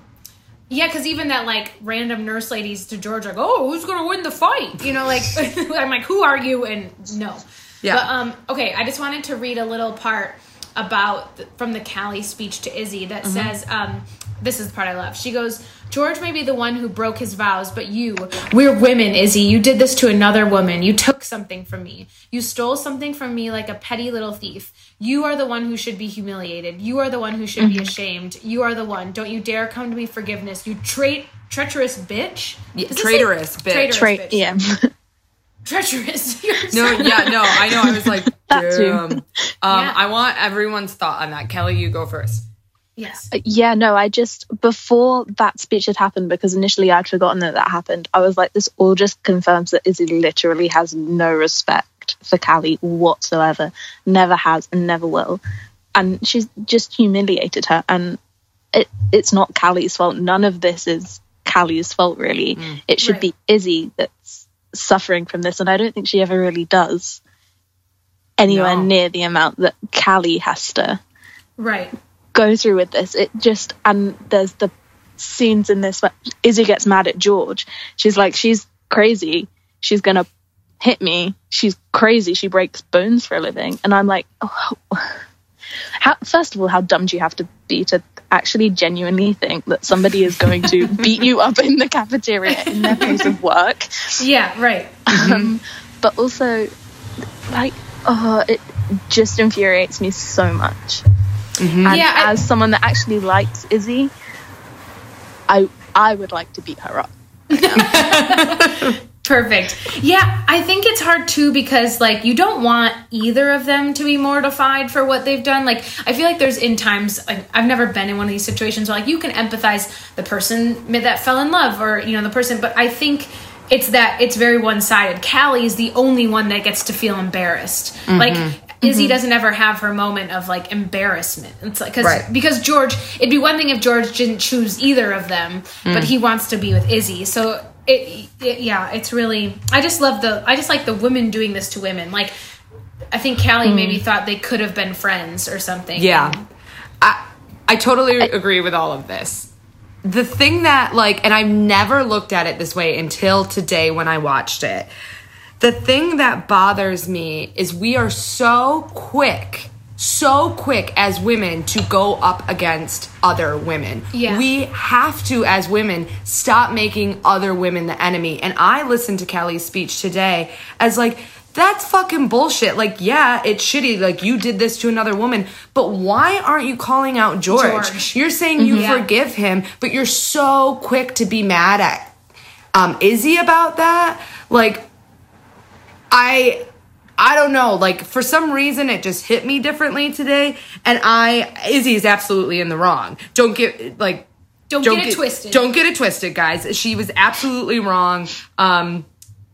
[SPEAKER 1] Yeah, because even that like random nurse ladies to George like, oh, who's gonna win the fight? You know, like I'm like, who are you? And no.
[SPEAKER 2] Yeah.
[SPEAKER 1] But um, okay, I just wanted to read a little part about th- from the Callie speech to Izzy that
[SPEAKER 2] Mm-hmm.
[SPEAKER 1] says, um, this is the part I love. She goes, George may be the one who broke his vows, but you, we're women, Izzy. You did this to another woman. You took something from me. You stole something from me like a petty little thief. You are the one who should be humiliated. You are the one who should
[SPEAKER 2] Mm-hmm.
[SPEAKER 1] be ashamed. You are the one. Don't you dare come to me forgiveness. You trait treacherous bitch. Is this
[SPEAKER 2] traitorous
[SPEAKER 1] it?
[SPEAKER 2] bitch.
[SPEAKER 1] Traitorous
[SPEAKER 3] Tra-
[SPEAKER 1] bitch.
[SPEAKER 3] yeah.
[SPEAKER 1] Treacherous.
[SPEAKER 2] No, yeah, no, I know. I was like,
[SPEAKER 3] That's you.
[SPEAKER 2] Damn. Um,
[SPEAKER 1] Yeah.
[SPEAKER 2] I want everyone's thought on that. Kelly, you go first.
[SPEAKER 1] Yes.
[SPEAKER 3] Yeah, no, I just, before that speech had happened, because initially I'd forgotten that that happened, I was like, this all just confirms that Izzy literally has no respect for Callie whatsoever. Never has and never will. And she's just humiliated her. And it, it's not Callie's fault. None of this is Callie's fault, really. It should
[SPEAKER 1] Right.
[SPEAKER 3] be Izzy that's suffering from this. And I don't think she ever really does anywhere
[SPEAKER 2] No.
[SPEAKER 3] near the amount that Callie has to
[SPEAKER 1] Right.
[SPEAKER 3] go through with this. It just and there's the scenes in this where Izzy gets mad at George. She's like, she's crazy. She's gonna hit me. She's crazy. She breaks bones for a living. And I'm like, oh, how, first of all, how dumb do you have to be to actually genuinely think that somebody is going to beat you up in the cafeteria in their place of work?
[SPEAKER 1] Yeah. Right.
[SPEAKER 3] um, but also like oh it just infuriates me so much and
[SPEAKER 1] Yeah, I-
[SPEAKER 3] as someone that actually likes izzy i i would like to beat her up
[SPEAKER 1] Perfect. Yeah, I think it's hard too because like you don't want either of them to be mortified for what they've done. Like I feel like there's in times like I've never been in one of these situations where like you can empathize the person mid- that fell in love or you know the person, but I think it's that it's very one sided. Callie is the only one that gets to feel embarrassed. Like Izzy doesn't ever have her moment of like embarrassment. It's like 'cause-
[SPEAKER 2] Right.
[SPEAKER 1] because George, it'd be one thing if George didn't choose either of them, but he wants to be with Izzy. So it, it, yeah, it's really. I just love the. I just like the women doing this to women. Like, I think Callie maybe thought they could have been friends or something.
[SPEAKER 2] Yeah. I I totally agree with all of this. The thing that like and I've never looked at it this way until today when I watched it. The thing that bothers me is we are so quick, so quick as women to go up against other women.
[SPEAKER 1] Yeah.
[SPEAKER 2] We have to, as women, stop making other women the enemy. And I listened to Kelly's speech today as like, that's fucking bullshit. Like, yeah, it's shitty. Like, you did this to another woman, but why aren't you calling out George?
[SPEAKER 1] George.
[SPEAKER 2] You're saying you
[SPEAKER 1] Yeah.
[SPEAKER 2] forgive him, but you're so quick to be mad at um, Izzy about that. Like, I I don't know, like for some reason it just hit me differently today and I Izzy is absolutely in the wrong. Don't get like
[SPEAKER 1] Don't get it twisted.
[SPEAKER 2] Don't get it twisted, guys. She was absolutely wrong. Um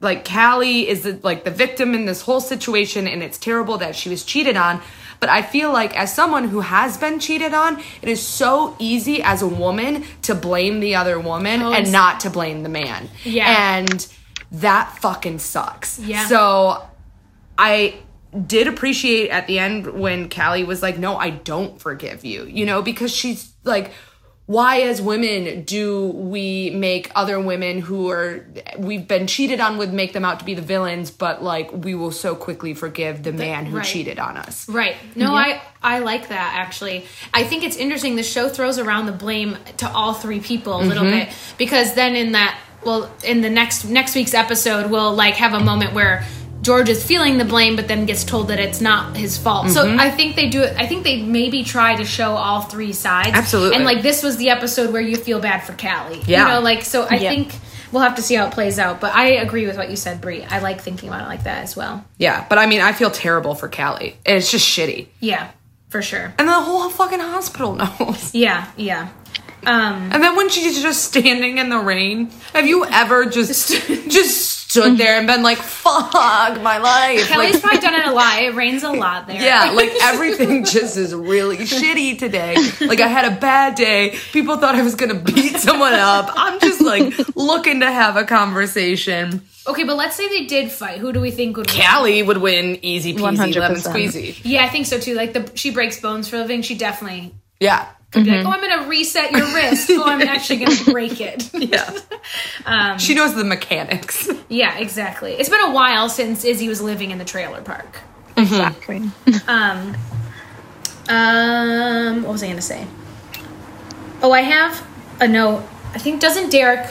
[SPEAKER 2] like Callie is the, like the victim in this whole situation and it's terrible that she was cheated on. But I feel like as someone who has been cheated on, it is so easy as a woman to blame the other woman and
[SPEAKER 1] Oh, it's-
[SPEAKER 2] not to blame the man.
[SPEAKER 1] Yeah.
[SPEAKER 2] And that fucking sucks.
[SPEAKER 1] Yeah.
[SPEAKER 2] So I did appreciate at the end when Callie was like, No, I don't forgive you, you know, because she's like, why as women do we make other women who are we've been cheated on with make them out to be the villains but like we will so quickly forgive the man who
[SPEAKER 1] right.
[SPEAKER 2] cheated on us
[SPEAKER 1] Right. No, I I like that actually. I think it's interesting. The show throws around the blame to all three people a little
[SPEAKER 2] Mm-hmm.
[SPEAKER 1] bit because then in that well in the next next week's episode we'll like have a moment where George is feeling the blame but then gets told that it's not his fault.
[SPEAKER 2] Mm-hmm.
[SPEAKER 1] So I think they do it. I think they maybe try to show all three sides.
[SPEAKER 2] Absolutely.
[SPEAKER 1] And like this was the episode where you feel bad for Callie.
[SPEAKER 2] Yeah.
[SPEAKER 1] You know, like so I
[SPEAKER 3] Yeah.
[SPEAKER 1] think we'll have to see how it plays out. But I agree with what you said, Brie. I like thinking about it like that as well.
[SPEAKER 2] yeah but i mean i feel terrible for callie it's just shitty
[SPEAKER 1] Yeah, for sure.
[SPEAKER 2] and the whole fucking hospital knows
[SPEAKER 1] Yeah, yeah. Um,
[SPEAKER 2] And then when she's just standing in the rain, have you ever just just stood there and been like, "Fuck my life"?
[SPEAKER 1] Kelly's
[SPEAKER 2] Like,
[SPEAKER 1] probably done it a lot. It rains a lot there.
[SPEAKER 2] yeah, like everything just is really shitty today. Like I had a bad day. People thought I was gonna beat someone up. I'm just like looking to have a conversation.
[SPEAKER 1] Okay, but let's say they did fight. Who do we think would win?
[SPEAKER 2] Callie would win easy peasy, lemon
[SPEAKER 3] 100%.
[SPEAKER 2] squeezy.
[SPEAKER 1] Yeah, I think so too. Like the she breaks bones for a living. She definitely
[SPEAKER 2] Yeah,
[SPEAKER 1] could be
[SPEAKER 2] Mm-hmm.
[SPEAKER 1] like, oh, I'm gonna reset your wrist. oh, I'm actually gonna break it.
[SPEAKER 2] yeah. she knows the mechanics.
[SPEAKER 1] yeah, exactly. It's been a while since Izzy was living in the trailer park.
[SPEAKER 3] exactly
[SPEAKER 1] Um, um, what was I gonna say? Oh, I have a note. I think doesn't Derek?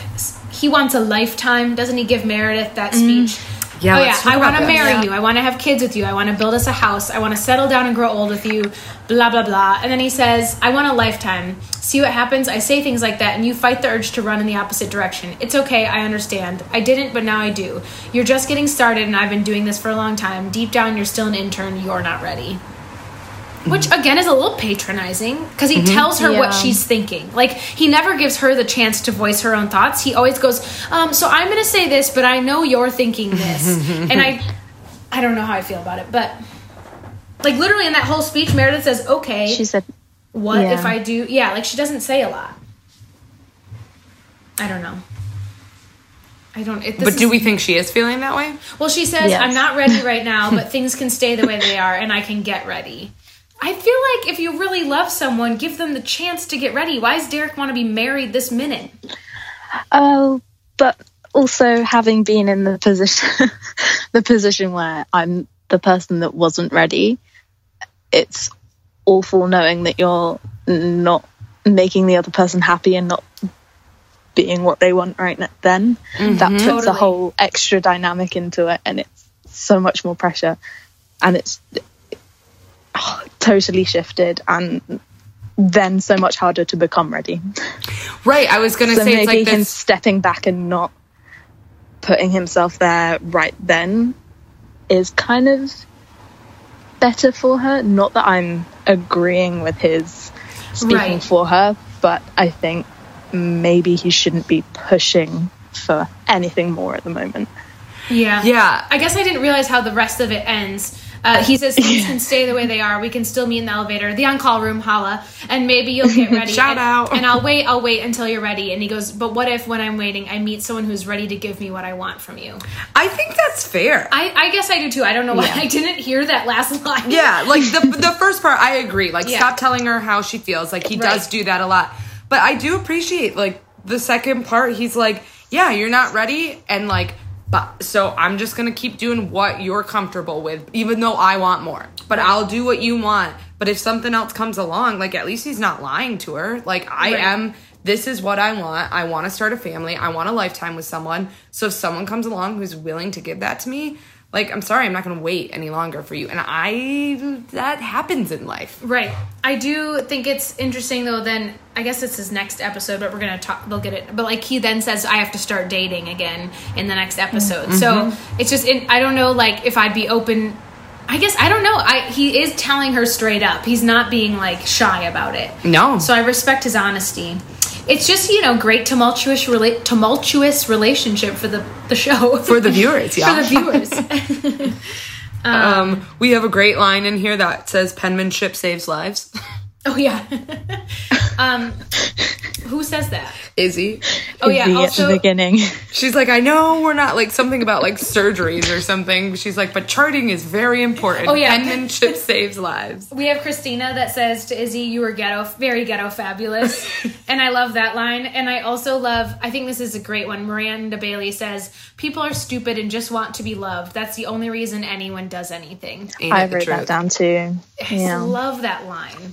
[SPEAKER 1] He wants a lifetime. Doesn't he give Meredith that speech?
[SPEAKER 2] Mm-hmm. Yeah,
[SPEAKER 1] oh yeah,
[SPEAKER 2] let's talk
[SPEAKER 1] I
[SPEAKER 2] about
[SPEAKER 1] want to
[SPEAKER 2] this.
[SPEAKER 1] marry you. I want to have kids with you. I want to build us a house. I want to settle down and grow old with you. Blah blah blah. And then he says, I want a lifetime. See what happens. I say things like that, and you fight the urge to run in the opposite direction. It's okay. I understand. I didn't, but now I do. You're just getting started, and I've been doing this for a long time. Deep down, you're still an intern. You're not ready. Which again is a little patronizing because he
[SPEAKER 2] Mm-hmm.
[SPEAKER 1] tells her
[SPEAKER 4] Yeah.
[SPEAKER 1] what she's thinking. Like he never gives her the chance to voice her own thoughts. He always goes, um, "So I'm going to say this, but I know you're thinking this," and I, I don't know how I feel about it, but like literally in that whole speech, Meredith says, "Okay,
[SPEAKER 4] She said,
[SPEAKER 1] what if
[SPEAKER 4] yeah.
[SPEAKER 1] I do?" Yeah, like she doesn't say a lot. I don't know. I don't. It, this
[SPEAKER 2] But
[SPEAKER 1] is-
[SPEAKER 2] do we think she is feeling that way?
[SPEAKER 1] well, she says,
[SPEAKER 4] Yes.
[SPEAKER 1] I'm not ready right now, but things can stay the way they are and I can get ready. I feel like if you really love someone, give them the chance to get ready. Why does Derek want to be married this minute?
[SPEAKER 3] Oh, but also having been in the position, the position where I'm the person that wasn't ready, it's awful knowing that you're not making the other person happy and not being what they want right n- then. That puts a
[SPEAKER 1] Totally.
[SPEAKER 3] whole extra dynamic into it, and it's so much more pressure, and it's oh, totally shifted and then so much harder to become ready
[SPEAKER 2] Right. I was gonna
[SPEAKER 3] so
[SPEAKER 2] say
[SPEAKER 3] maybe
[SPEAKER 2] it's like
[SPEAKER 3] him
[SPEAKER 2] this.
[SPEAKER 3] stepping back and not putting himself there right then is kind of better for her. Not that I'm agreeing with his speaking
[SPEAKER 1] Right.
[SPEAKER 3] for her, but I think maybe he shouldn't be pushing for anything more at the moment.
[SPEAKER 1] Yeah.
[SPEAKER 2] Yeah.
[SPEAKER 1] I guess I didn't realize how the rest of it ends. Uh, he says things can stay the way they are. We can still meet in the elevator, the on-call room, holla, and maybe you'll get ready.
[SPEAKER 2] Shout
[SPEAKER 1] and,
[SPEAKER 2] out.
[SPEAKER 1] And I'll wait. I'll wait until you're ready. And he goes, but what if when I'm waiting, I meet someone who's ready to give me what I want from you?
[SPEAKER 2] I think that's fair.
[SPEAKER 1] I, I guess I do too. I don't know why
[SPEAKER 3] Yeah.
[SPEAKER 1] I didn't hear that last line.
[SPEAKER 2] Yeah, like the the first part, I agree. Like,
[SPEAKER 1] Yeah.
[SPEAKER 2] stop telling her how she feels. Like he does
[SPEAKER 1] Right.
[SPEAKER 2] do that a lot, but I do appreciate like the second part. He's like, yeah, you're not ready, and like, but so I'm just gonna keep doing what you're comfortable with, even though I want more. But I'll do what you want. But if something else comes along, like at least he's not lying to her. Like I
[SPEAKER 1] Right.
[SPEAKER 2] am. This is what I want. I want to start a family. I want a lifetime with someone. So if someone comes along who's willing to give that to me, like I'm sorry, I'm not going to wait any longer for you. And I that happens in life.
[SPEAKER 1] Right. I do think it's interesting though. Then I guess it's his next episode, but we're gonna talk. They'll get it. But like he then says, I have to start dating again in the next episode.
[SPEAKER 2] Mm-hmm.
[SPEAKER 1] So it's just in, I don't know. Like if I'd be open. I guess I don't know. I he is telling her straight up. He's not being like shy about it.
[SPEAKER 2] No.
[SPEAKER 1] So I respect his honesty. It's just you know great tumultuous rela- tumultuous relationship for the the show
[SPEAKER 2] For the viewers, yeah.
[SPEAKER 1] for the viewers.
[SPEAKER 2] um, we have a great line in here that says penmanship saves lives.
[SPEAKER 1] Oh yeah. um, who says that?
[SPEAKER 2] Izzy.
[SPEAKER 1] Oh yeah.
[SPEAKER 3] Izzy at the
[SPEAKER 1] Also,
[SPEAKER 3] beginning.
[SPEAKER 2] She's like, I know we're not like something about like surgeries or something. She's like, but charting is very important.
[SPEAKER 1] Oh, yeah.
[SPEAKER 2] Penmanship saves lives.
[SPEAKER 1] we have Christina that says to Izzy, "You were ghetto, very ghetto, fabulous," and I love that line. And I also love. I think this is a great one. Miranda Bailey says, "People are stupid and just want to be loved. That's the only reason anyone does anything."
[SPEAKER 2] Ain't
[SPEAKER 3] I
[SPEAKER 2] it the
[SPEAKER 3] wrote that
[SPEAKER 2] truth?
[SPEAKER 3] down too.
[SPEAKER 1] I just
[SPEAKER 3] Yeah.
[SPEAKER 1] love that line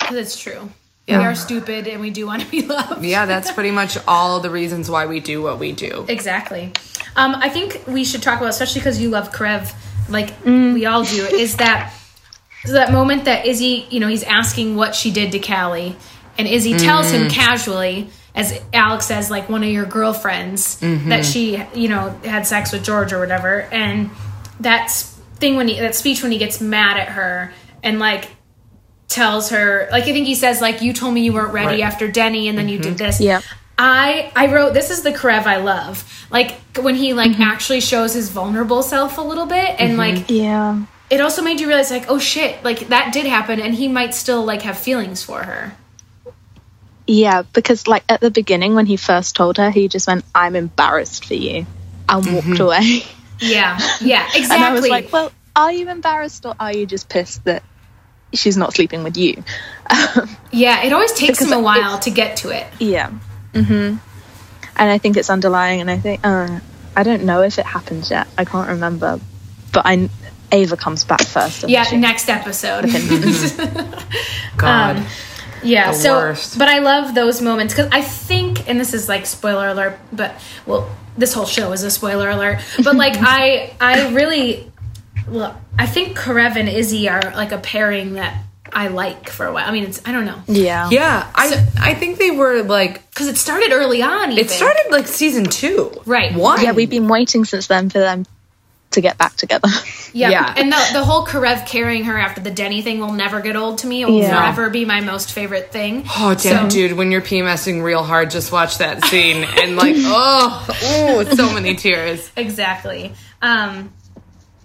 [SPEAKER 1] because it's true. We are stupid and we do want to be loved.
[SPEAKER 2] Yeah, that's pretty much all the reasons why we do what we do.
[SPEAKER 1] Exactly. Um, I think we should talk about, especially because you love Krev, like we all do, is that so that moment that Izzy, you know, he's asking what she did to Callie, and Izzy tells him casually, as Alex says, like one of your girlfriends, that she, you know, had sex with George or whatever, and that s- thing when he, that speech when he gets mad at her and like tells her like I think he says like you told me you weren't ready
[SPEAKER 2] Right.
[SPEAKER 1] after Denny and then you did this.
[SPEAKER 3] Yeah.
[SPEAKER 1] I I wrote this is the Karev I love. Like when he
[SPEAKER 3] Mm-hmm.
[SPEAKER 1] like actually shows his vulnerable self a little bit and like
[SPEAKER 3] Yeah.
[SPEAKER 1] it also made you realize like oh shit, like that did happen and he might still like have feelings for her.
[SPEAKER 3] Yeah, because like at the beginning when he first told her, he just went, "I'm embarrassed for you," and walked away.
[SPEAKER 1] Yeah. Yeah, exactly.
[SPEAKER 3] And I was like, well, are you embarrassed or are you just pissed that she's not sleeping with you?
[SPEAKER 1] yeah, it always takes
[SPEAKER 3] because
[SPEAKER 1] him a while
[SPEAKER 3] it's-
[SPEAKER 1] to get to it.
[SPEAKER 3] Yeah. hmm And I think it's underlying, and I think, uh, I don't know if it happens yet. I can't remember. But I, Ava comes back first. doesn't
[SPEAKER 1] Yeah,
[SPEAKER 3] she? Um,
[SPEAKER 1] next episode.
[SPEAKER 2] God.
[SPEAKER 1] Yeah.
[SPEAKER 2] The
[SPEAKER 1] so,
[SPEAKER 2] worst.
[SPEAKER 1] but I love those moments because I think, and this is like spoiler alert, but well, this whole show is a spoiler alert. But like, I, I really, well, I think Karev and Izzy are like a pairing that I like for a while. I mean, it's I don't know
[SPEAKER 3] Yeah.
[SPEAKER 2] yeah, I I think they were like
[SPEAKER 1] because it started early on. Even.
[SPEAKER 2] it started like season two,
[SPEAKER 1] Right.
[SPEAKER 2] One,
[SPEAKER 3] Yeah, we've been waiting since then for them to get back together.
[SPEAKER 1] Yeah.
[SPEAKER 2] Yeah.
[SPEAKER 1] And the, the whole Karev carrying her after the Denny thing will never get old to me. It will
[SPEAKER 3] Yeah.
[SPEAKER 1] forever be my most favorite thing.
[SPEAKER 2] Oh damn,
[SPEAKER 1] So-
[SPEAKER 2] dude! When you're PMSing real hard, just watch that scene and like, oh, oh, so many tears.
[SPEAKER 1] Exactly. Um,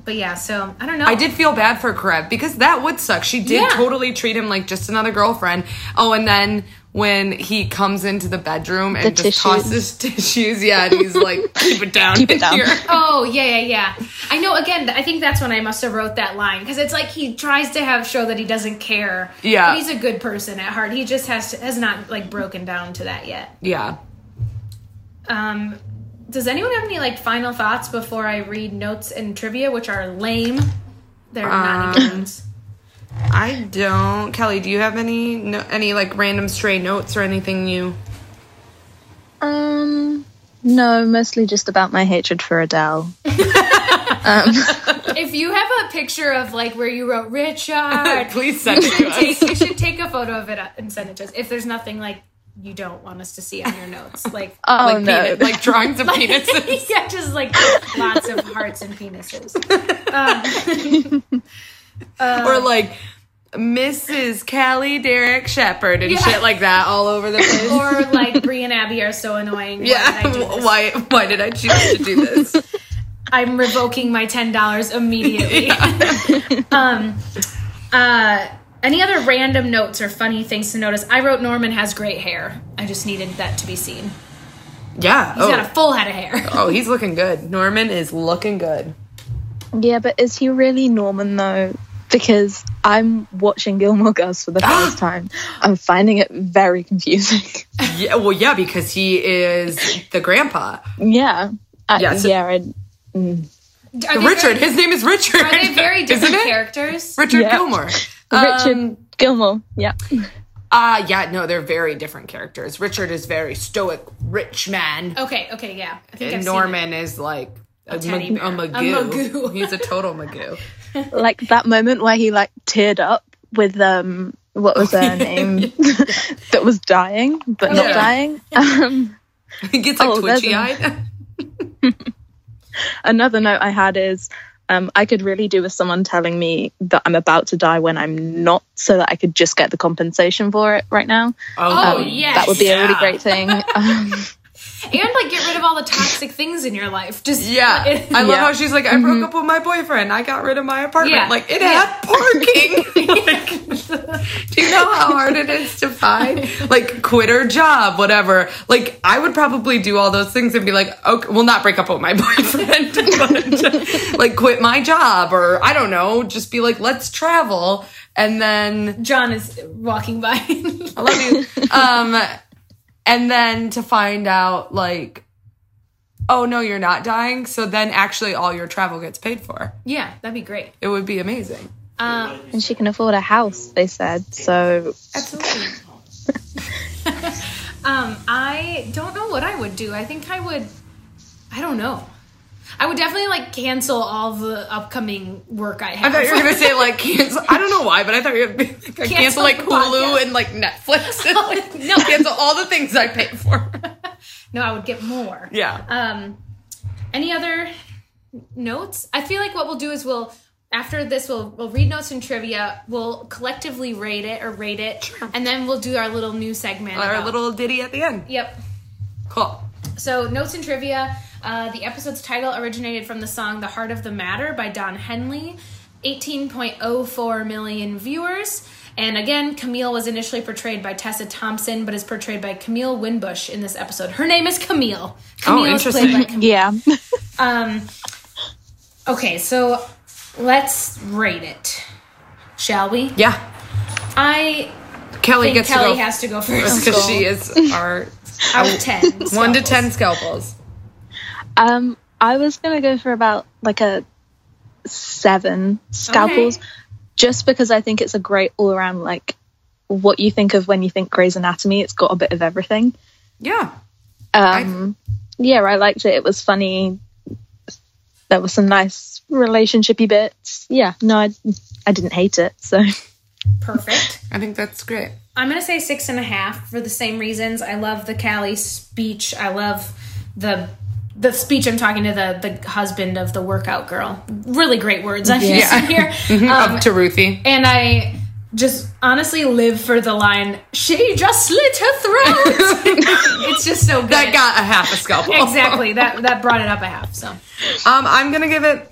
[SPEAKER 1] but yeah, so I don't know.
[SPEAKER 2] I did feel bad for Karev because that would suck. She did
[SPEAKER 1] Yeah.
[SPEAKER 2] totally treat him like just another girlfriend. Oh, and then when he comes into the bedroom and
[SPEAKER 3] The
[SPEAKER 2] just tosses tissues, yeah, and he's like, keep it down,
[SPEAKER 3] Keep it down.
[SPEAKER 1] Oh yeah, yeah, yeah. I know. Again, I think that's when I must have wrote that line because it's like he tries to have show that he doesn't care.
[SPEAKER 2] Yeah.
[SPEAKER 1] but he's a good person at heart. He just has to, has not like broken down to that yet.
[SPEAKER 2] Yeah.
[SPEAKER 1] Um, does anyone have any like final thoughts before I read notes and trivia, which are lame? They're not even ones.
[SPEAKER 2] I don't. Kelly, do you have any no, any like random stray notes or anything you?
[SPEAKER 3] um, no, mostly just about my hatred for Adele.
[SPEAKER 1] If you have a picture of like where you wrote Richard,
[SPEAKER 2] Please send it to us.
[SPEAKER 1] take, you should take a photo of it uh, and send it to us. If there's nothing like you don't want us to see on your notes, like
[SPEAKER 3] Oh
[SPEAKER 2] Like,
[SPEAKER 3] no.
[SPEAKER 2] penis- like drawings of penises.
[SPEAKER 1] yeah, just like lots of hearts and penises. uh,
[SPEAKER 2] or like Mrs. Callie Derek Shepherd and
[SPEAKER 1] Yeah.
[SPEAKER 2] shit like that all over the place.
[SPEAKER 1] Or like Brie and Abby are so annoying. Why
[SPEAKER 2] yeah,
[SPEAKER 1] did I do this?
[SPEAKER 2] why why did I choose to do this?
[SPEAKER 1] I'm revoking my ten dollars immediately. um, uh, any other random notes or funny things to notice? I wrote Norman has great hair. I just needed that to be seen. He's
[SPEAKER 2] yeah. oh.
[SPEAKER 1] got a full head of hair.
[SPEAKER 2] oh, he's looking good. Norman is looking good.
[SPEAKER 3] Yeah, but is he really Norman though? Because I'm watching Gilmore Girls for the first time. I'm finding it very confusing.
[SPEAKER 2] Yeah, well, yeah, because he is the grandpa.
[SPEAKER 3] yeah. I,
[SPEAKER 2] Yeah, so-
[SPEAKER 3] yeah. I,
[SPEAKER 1] Are they
[SPEAKER 2] Richard,
[SPEAKER 1] Very,
[SPEAKER 2] his name is Richard.
[SPEAKER 1] are they very different
[SPEAKER 2] Isn't it?
[SPEAKER 1] characters?
[SPEAKER 2] Richard
[SPEAKER 3] Yeah.
[SPEAKER 2] Gilmore. Um,
[SPEAKER 3] Richard Gilmore. Yeah.
[SPEAKER 2] Uh, yeah, no, they're very different characters. Richard is very stoic, rich man.
[SPEAKER 1] Okay, okay, yeah. I think I've
[SPEAKER 2] and
[SPEAKER 1] seen it.
[SPEAKER 2] Norman is like a,
[SPEAKER 1] teddy
[SPEAKER 2] mag-
[SPEAKER 1] bear.
[SPEAKER 2] a
[SPEAKER 1] A
[SPEAKER 2] magoo.
[SPEAKER 1] magoo.
[SPEAKER 2] He's a total magoo.
[SPEAKER 3] like that moment where he like teared up with um what was her name that was dying but not
[SPEAKER 2] Yeah.
[SPEAKER 3] dying um
[SPEAKER 2] he gets like
[SPEAKER 3] Oh, there's
[SPEAKER 2] twitchy eyed.
[SPEAKER 3] another note i had is um i could really do with someone telling me that i'm about to die when i'm not so that i could just get the compensation for it right now
[SPEAKER 1] Oh,
[SPEAKER 3] um,
[SPEAKER 1] yes.
[SPEAKER 3] that would be a really
[SPEAKER 2] Yeah.
[SPEAKER 3] great thing um,
[SPEAKER 1] and like get rid of all the toxic things in your life. Just
[SPEAKER 2] Yeah. I love
[SPEAKER 3] Yeah.
[SPEAKER 2] how she's like, I broke up with my boyfriend. I got rid of my apartment.
[SPEAKER 1] Mm-hmm. Yeah.
[SPEAKER 2] Like, it
[SPEAKER 1] Yeah.
[SPEAKER 2] had parking. Like, do you know how hard it is to find? Like, quit her job, whatever. Like, I would probably do all those things and be like, okay, well, not break up with my boyfriend, but like, quit my job or I don't know, just be like, let's travel. And then,
[SPEAKER 1] John is walking by.
[SPEAKER 2] I love you. um, and then to find out, like, oh no, you're not dying. So then actually all your travel gets paid for.
[SPEAKER 1] yeah, that'd be great.
[SPEAKER 2] It would be amazing.
[SPEAKER 1] Um,
[SPEAKER 3] and she can afford a house they said so
[SPEAKER 2] Absolutely.
[SPEAKER 1] um, I don't know what I would do. I think I would. I don't know. I would definitely like cancel all the upcoming work I
[SPEAKER 2] I
[SPEAKER 1] have.
[SPEAKER 2] thought you were gonna say like cancel. I don't know why, but I thought you were gonna be like,
[SPEAKER 1] Cancel
[SPEAKER 2] cancel like
[SPEAKER 1] the
[SPEAKER 2] Hulu
[SPEAKER 1] podcast. Oh,
[SPEAKER 2] and like Netflix and like
[SPEAKER 1] No.
[SPEAKER 2] cancel all the things I paid for.
[SPEAKER 1] no, I would get more.
[SPEAKER 2] Yeah.
[SPEAKER 1] Um, any other notes? I feel like what we'll do is we'll after this we'll we'll read notes and trivia. We'll collectively rate it or rate it, and then we'll do our little new segment.
[SPEAKER 2] Our
[SPEAKER 1] about-
[SPEAKER 2] little ditty at the end.
[SPEAKER 1] Yep.
[SPEAKER 2] Cool.
[SPEAKER 1] So, notes and trivia. Uh, the episode's title originated from the song The Heart of the Matter by Don Henley. 18.04 million viewers. And again, Camille was initially portrayed by Tessa Thompson, but is portrayed by Camille Winbush in this episode. Her name is Camille. Camille is played
[SPEAKER 2] Oh, interesting.
[SPEAKER 1] by Camille.
[SPEAKER 3] yeah
[SPEAKER 1] Um, okay, so let's rate it, shall we?
[SPEAKER 2] Yeah.
[SPEAKER 1] I
[SPEAKER 2] Kelly
[SPEAKER 1] think
[SPEAKER 2] gets to
[SPEAKER 1] Kelly
[SPEAKER 2] go
[SPEAKER 1] has to go first.
[SPEAKER 2] because she is our
[SPEAKER 1] Out of 10.
[SPEAKER 2] one to
[SPEAKER 1] scalpels.
[SPEAKER 2] ten scalpels.
[SPEAKER 3] Um, I was gonna go for about like a seven scalpels,
[SPEAKER 1] Okay.
[SPEAKER 3] just because I think it's a great all around like what you think of when you think Grey's Anatomy. It's got a bit of everything.
[SPEAKER 2] Yeah.
[SPEAKER 3] Um, yeah, I liked it. It was funny. There were some nice relationshipy bits. Yeah, no, I, I didn't hate it. So
[SPEAKER 1] Perfect.
[SPEAKER 2] I think that's great.
[SPEAKER 1] I'm gonna say six and a half for the same reasons. I love the Callie speech. I love the the speech I'm talking to the the husband of the workout girl. Really great words I'm using here. Um,
[SPEAKER 2] Up to Ruthie.
[SPEAKER 1] and I just honestly live for the line, she just slit her throat. it's just so good.
[SPEAKER 2] That got a half a scalpel.
[SPEAKER 1] exactly. That that brought it up a half. So
[SPEAKER 2] Um, I'm gonna give it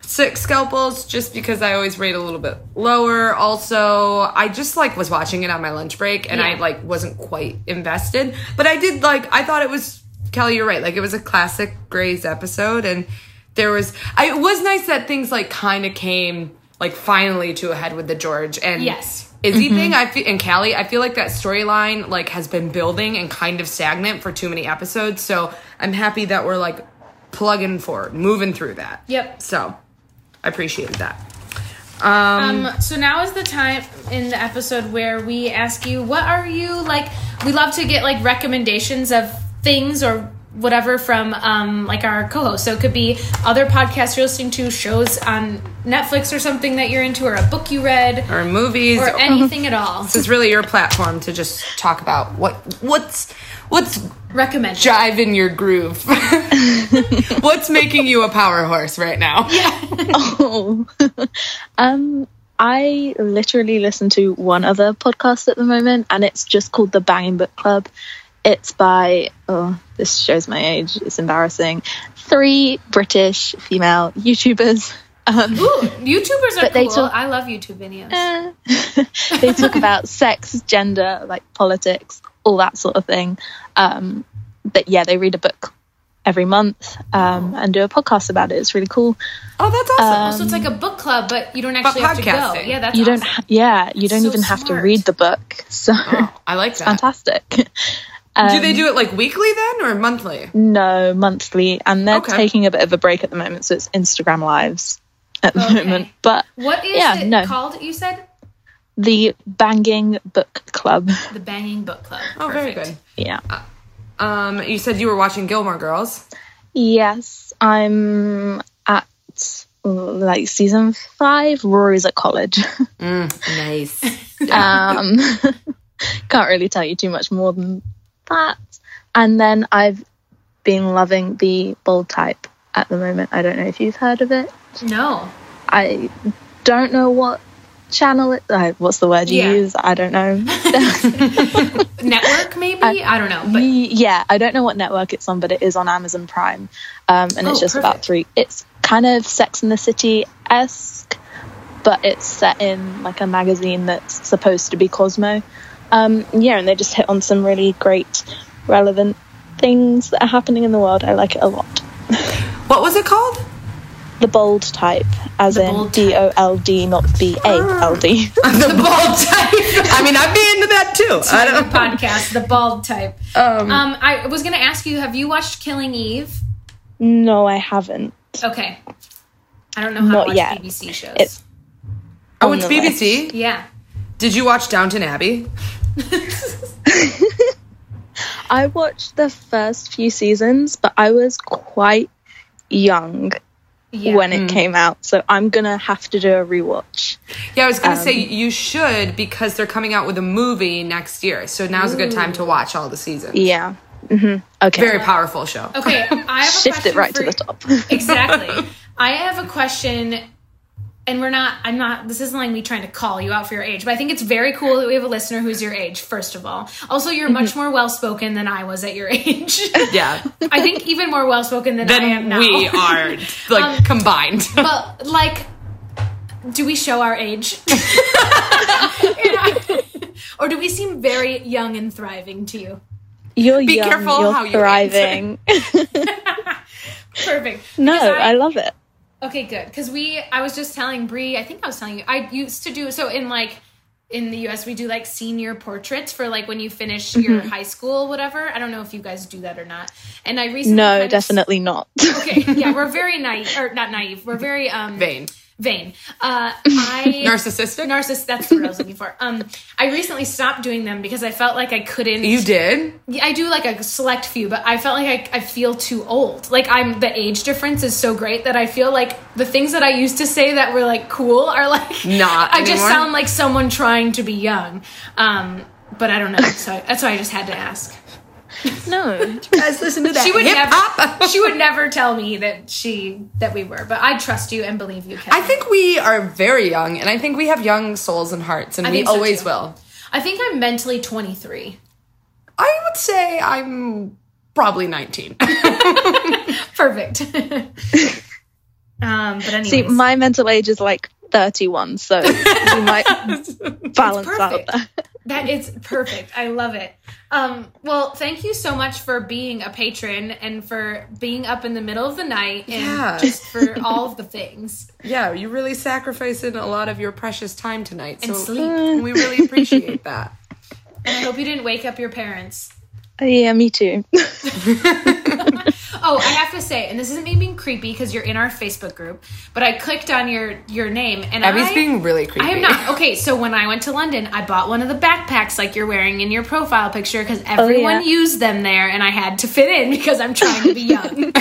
[SPEAKER 2] six scalpels just because I always rate a little bit lower. Also, I just like was watching it on my lunch break and I
[SPEAKER 1] Yeah.
[SPEAKER 2] like wasn't quite invested, but I did like I thought it was Kelly. You're right. Like it was a classic Grey's episode, and there was I, it was nice that things like kind of came like finally to a head with the George and
[SPEAKER 1] Yes. Mm-hmm.
[SPEAKER 2] Izzy thing I feel and Callie, I feel like that storyline like has been building and kind of stagnant for too many episodes. So I'm happy that we're like plugging forward, moving through that.
[SPEAKER 1] Yep.
[SPEAKER 2] So I appreciated that.
[SPEAKER 1] Um, so now is the time in the episode where we ask you, what are you like? We love to get like recommendations of things or whatever from um, like our co-host. So it could be other podcasts you're listening to, shows on Netflix or something that you're into, or a book you read,
[SPEAKER 2] Or movies.
[SPEAKER 3] Mm-hmm.
[SPEAKER 1] or anything at all.
[SPEAKER 2] this is really your platform to just talk about what what's what's
[SPEAKER 1] Recommend.
[SPEAKER 2] jive in your groove. what's making you a power horse right now?
[SPEAKER 3] Oh. um, I literally listen to one other podcast at the moment, and it's just called the Banging Book Club. It's by oh, this shows my age. It's embarrassing. Three British female YouTubers. Um,
[SPEAKER 1] Ooh, YouTubers are
[SPEAKER 3] But they Um,
[SPEAKER 1] cool.
[SPEAKER 3] talk-
[SPEAKER 1] I love YouTube videos.
[SPEAKER 3] they talk about sex, gender, like politics, all that sort of thing. Um, but yeah, they read a book every month um, and do a podcast about it. It's really cool.
[SPEAKER 2] Oh, that's awesome.
[SPEAKER 1] so it's like a book club, but you don't actually have to go.
[SPEAKER 2] podcasting.
[SPEAKER 1] Yeah, that's
[SPEAKER 3] you don't,
[SPEAKER 1] awesome.
[SPEAKER 3] ha- yeah, you don't
[SPEAKER 1] so
[SPEAKER 3] even have to
[SPEAKER 1] smart. Oh.
[SPEAKER 3] read the book. So
[SPEAKER 1] Um,
[SPEAKER 2] I like that.
[SPEAKER 3] fantastic. Um,
[SPEAKER 2] do they do it like weekly then or monthly?
[SPEAKER 1] Mm.
[SPEAKER 3] No, monthly, and they're
[SPEAKER 2] Okay.
[SPEAKER 3] taking a bit of a break at the moment, so it's Instagram lives at the
[SPEAKER 1] Okay.
[SPEAKER 3] moment. But
[SPEAKER 1] What is
[SPEAKER 3] Yeah,
[SPEAKER 1] it
[SPEAKER 3] no.
[SPEAKER 1] called? You said
[SPEAKER 3] the Banging Book Club, Uh,
[SPEAKER 1] the Banging Book Club.
[SPEAKER 2] Oh, very
[SPEAKER 1] Perfect.
[SPEAKER 2] good.
[SPEAKER 3] yeah.
[SPEAKER 2] Um, you said you were watching Gilmore Girls.
[SPEAKER 3] Yes, I'm at like season five. Rory's at college.
[SPEAKER 2] Nice.
[SPEAKER 3] um, can't really tell you too much more than that. And then I've been loving the bold type at the moment. I don't know if you've heard of it.
[SPEAKER 1] No.
[SPEAKER 3] I don't know what channel it. Uh, what's the word you
[SPEAKER 1] Yeah.
[SPEAKER 3] use? I don't know.
[SPEAKER 1] network maybe i don't know but
[SPEAKER 3] Y- yeah, I don't know what network it's on, but it is on Amazon Prime, um, and
[SPEAKER 1] Oh,
[SPEAKER 3] it's just about
[SPEAKER 1] perfect.
[SPEAKER 3] three. It's kind of Sex in the City esque, but it's set in like a magazine that's supposed to be Cosmo. Um, yeah, and they just hit on some really great, relevant things that are happening in the world. I like it a lot.
[SPEAKER 2] what was it called?
[SPEAKER 3] The bold type, as in
[SPEAKER 1] bold Ah.
[SPEAKER 3] D O L D, not B A L D.
[SPEAKER 2] the bald type. I mean, I'd be into that too. I
[SPEAKER 1] the
[SPEAKER 2] don't know.
[SPEAKER 1] podcast the bald type um, i was gonna ask you have you watched killing eve
[SPEAKER 3] no, I haven't.
[SPEAKER 1] okay i don't know how
[SPEAKER 3] Not
[SPEAKER 1] to watch
[SPEAKER 3] yet.
[SPEAKER 1] bbc shows
[SPEAKER 3] It's-
[SPEAKER 2] Oh, it's
[SPEAKER 3] on the list.
[SPEAKER 2] BBC.
[SPEAKER 1] yeah
[SPEAKER 2] Did you watch Downton Abbey?
[SPEAKER 3] I watched the first few seasons, but I was quite young
[SPEAKER 1] yeah
[SPEAKER 3] when it came out, so I'm gonna have to do a rewatch.
[SPEAKER 2] Yeah, I was gonna say you should because they're coming out with a movie next year, so now's a good time to watch all the seasons.
[SPEAKER 3] Yeah. hmm Okay.
[SPEAKER 2] Very powerful show.
[SPEAKER 1] okay i have a
[SPEAKER 3] Shift it
[SPEAKER 1] question
[SPEAKER 3] right to
[SPEAKER 1] for-
[SPEAKER 3] the top.
[SPEAKER 1] exactly i have a question and we're not i'm not this isn't like me trying to call you out for your age but i think it's very cool that we have a listener who's your age first of all also you're
[SPEAKER 3] Mm-hmm.
[SPEAKER 1] much more well spoken than i was at your age
[SPEAKER 2] Yeah.
[SPEAKER 1] i think even more well spoken than, i am
[SPEAKER 2] Then
[SPEAKER 1] now
[SPEAKER 2] we are like combined.
[SPEAKER 1] But like, do we show our age? And I- or do we seem very young and thriving to you?
[SPEAKER 3] You're
[SPEAKER 2] Be
[SPEAKER 3] young,
[SPEAKER 2] careful
[SPEAKER 3] you're
[SPEAKER 2] how you
[SPEAKER 3] thriving.
[SPEAKER 1] Perfect.
[SPEAKER 3] no,
[SPEAKER 1] Because
[SPEAKER 3] I love it.
[SPEAKER 1] Okay, good. Because we, I was just telling Bree. I think I was telling you. I used to do so in like in the U.S. We do like senior portraits for like when you finish your
[SPEAKER 3] Mm-hmm.
[SPEAKER 1] high school, whatever. I don't know if you guys do that or not. And I recently
[SPEAKER 3] No,
[SPEAKER 1] kind of-
[SPEAKER 3] definitely not.
[SPEAKER 1] Okay, yeah, we're very naive, or not naive. We're very um
[SPEAKER 2] Vain.
[SPEAKER 1] vain. Uh, I
[SPEAKER 2] Narcissistic?
[SPEAKER 1] Narciss. That's the word I was looking for. Um, I recently stopped doing them because I felt like I couldn't.
[SPEAKER 2] You did?
[SPEAKER 1] Yeah, I do like a select few, but I felt like I, I feel too old. Like I'm the age difference is so great that I feel like the things that I used to say that were like cool are like
[SPEAKER 2] Not
[SPEAKER 1] I just
[SPEAKER 2] anymore?
[SPEAKER 1] sound like someone trying to be young, um, but I don't know. So I- that's why I just had to ask.
[SPEAKER 3] No.
[SPEAKER 2] Guys, listen to that.
[SPEAKER 1] She would
[SPEAKER 2] hip
[SPEAKER 1] never.
[SPEAKER 2] hop.
[SPEAKER 1] she would never tell me that she that we were, but I trust you and believe you. Kevin.
[SPEAKER 2] I think we are very young, and I think we have young souls and hearts, and
[SPEAKER 1] I
[SPEAKER 2] we
[SPEAKER 1] think so,
[SPEAKER 2] always
[SPEAKER 1] too.
[SPEAKER 2] will.
[SPEAKER 1] I think I'm mentally 23.
[SPEAKER 2] I would say I'm probably 19.
[SPEAKER 1] Perfect. um, but anyways,
[SPEAKER 3] See, my mental age is like 31, so you might balance out
[SPEAKER 1] perfect.
[SPEAKER 3] there.
[SPEAKER 1] that is perfect. I love it. Um, well, thank you so much for being a patron and for being up in the middle of the night and
[SPEAKER 2] Yeah.
[SPEAKER 1] just for all of the things.
[SPEAKER 2] yeah, you really sacrificing a lot of your precious time tonight. So
[SPEAKER 1] And sleep.
[SPEAKER 2] we really appreciate that.
[SPEAKER 1] And I hope you didn't wake up your parents.
[SPEAKER 3] Yeah, me too.
[SPEAKER 1] Oh, I have to say, and this isn't me being creepy because you're in our Facebook group, but I clicked on your your name and
[SPEAKER 2] Abby's
[SPEAKER 1] I,
[SPEAKER 2] being really creepy.
[SPEAKER 1] I am not. Okay, so when I went to London, I bought one of the backpacks like you're wearing in your profile picture because everyone
[SPEAKER 3] Oh, yeah.
[SPEAKER 1] used them there and I had to fit in because I'm trying to be young.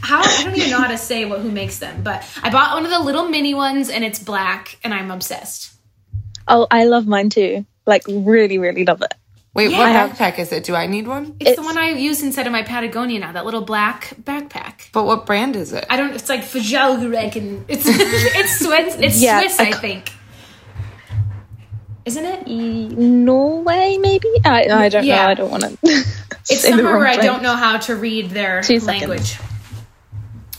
[SPEAKER 1] how I don't even know how to say what who makes them, but I bought one of the little mini ones and it's black and I'm obsessed.
[SPEAKER 3] Oh, I love mine too. Like, really, really love it.
[SPEAKER 2] Wait,
[SPEAKER 1] Yeah.
[SPEAKER 2] what backpack is it? Do I need one?
[SPEAKER 1] It's, the
[SPEAKER 3] It's-
[SPEAKER 1] one I use instead of my Patagonia now, that little black backpack.
[SPEAKER 2] But what brand is it?
[SPEAKER 1] I don't it's like Fajalgreg and it's it's Swiss it's
[SPEAKER 3] Yeah,
[SPEAKER 1] Swiss,
[SPEAKER 3] I
[SPEAKER 1] I
[SPEAKER 3] ca-
[SPEAKER 1] think. Isn't it?
[SPEAKER 3] E- Norway, maybe? I, I don't
[SPEAKER 1] Yeah.
[SPEAKER 3] know. I don't want to.
[SPEAKER 1] It's somewhere where I don't know how to read their
[SPEAKER 3] Two seconds.
[SPEAKER 1] language.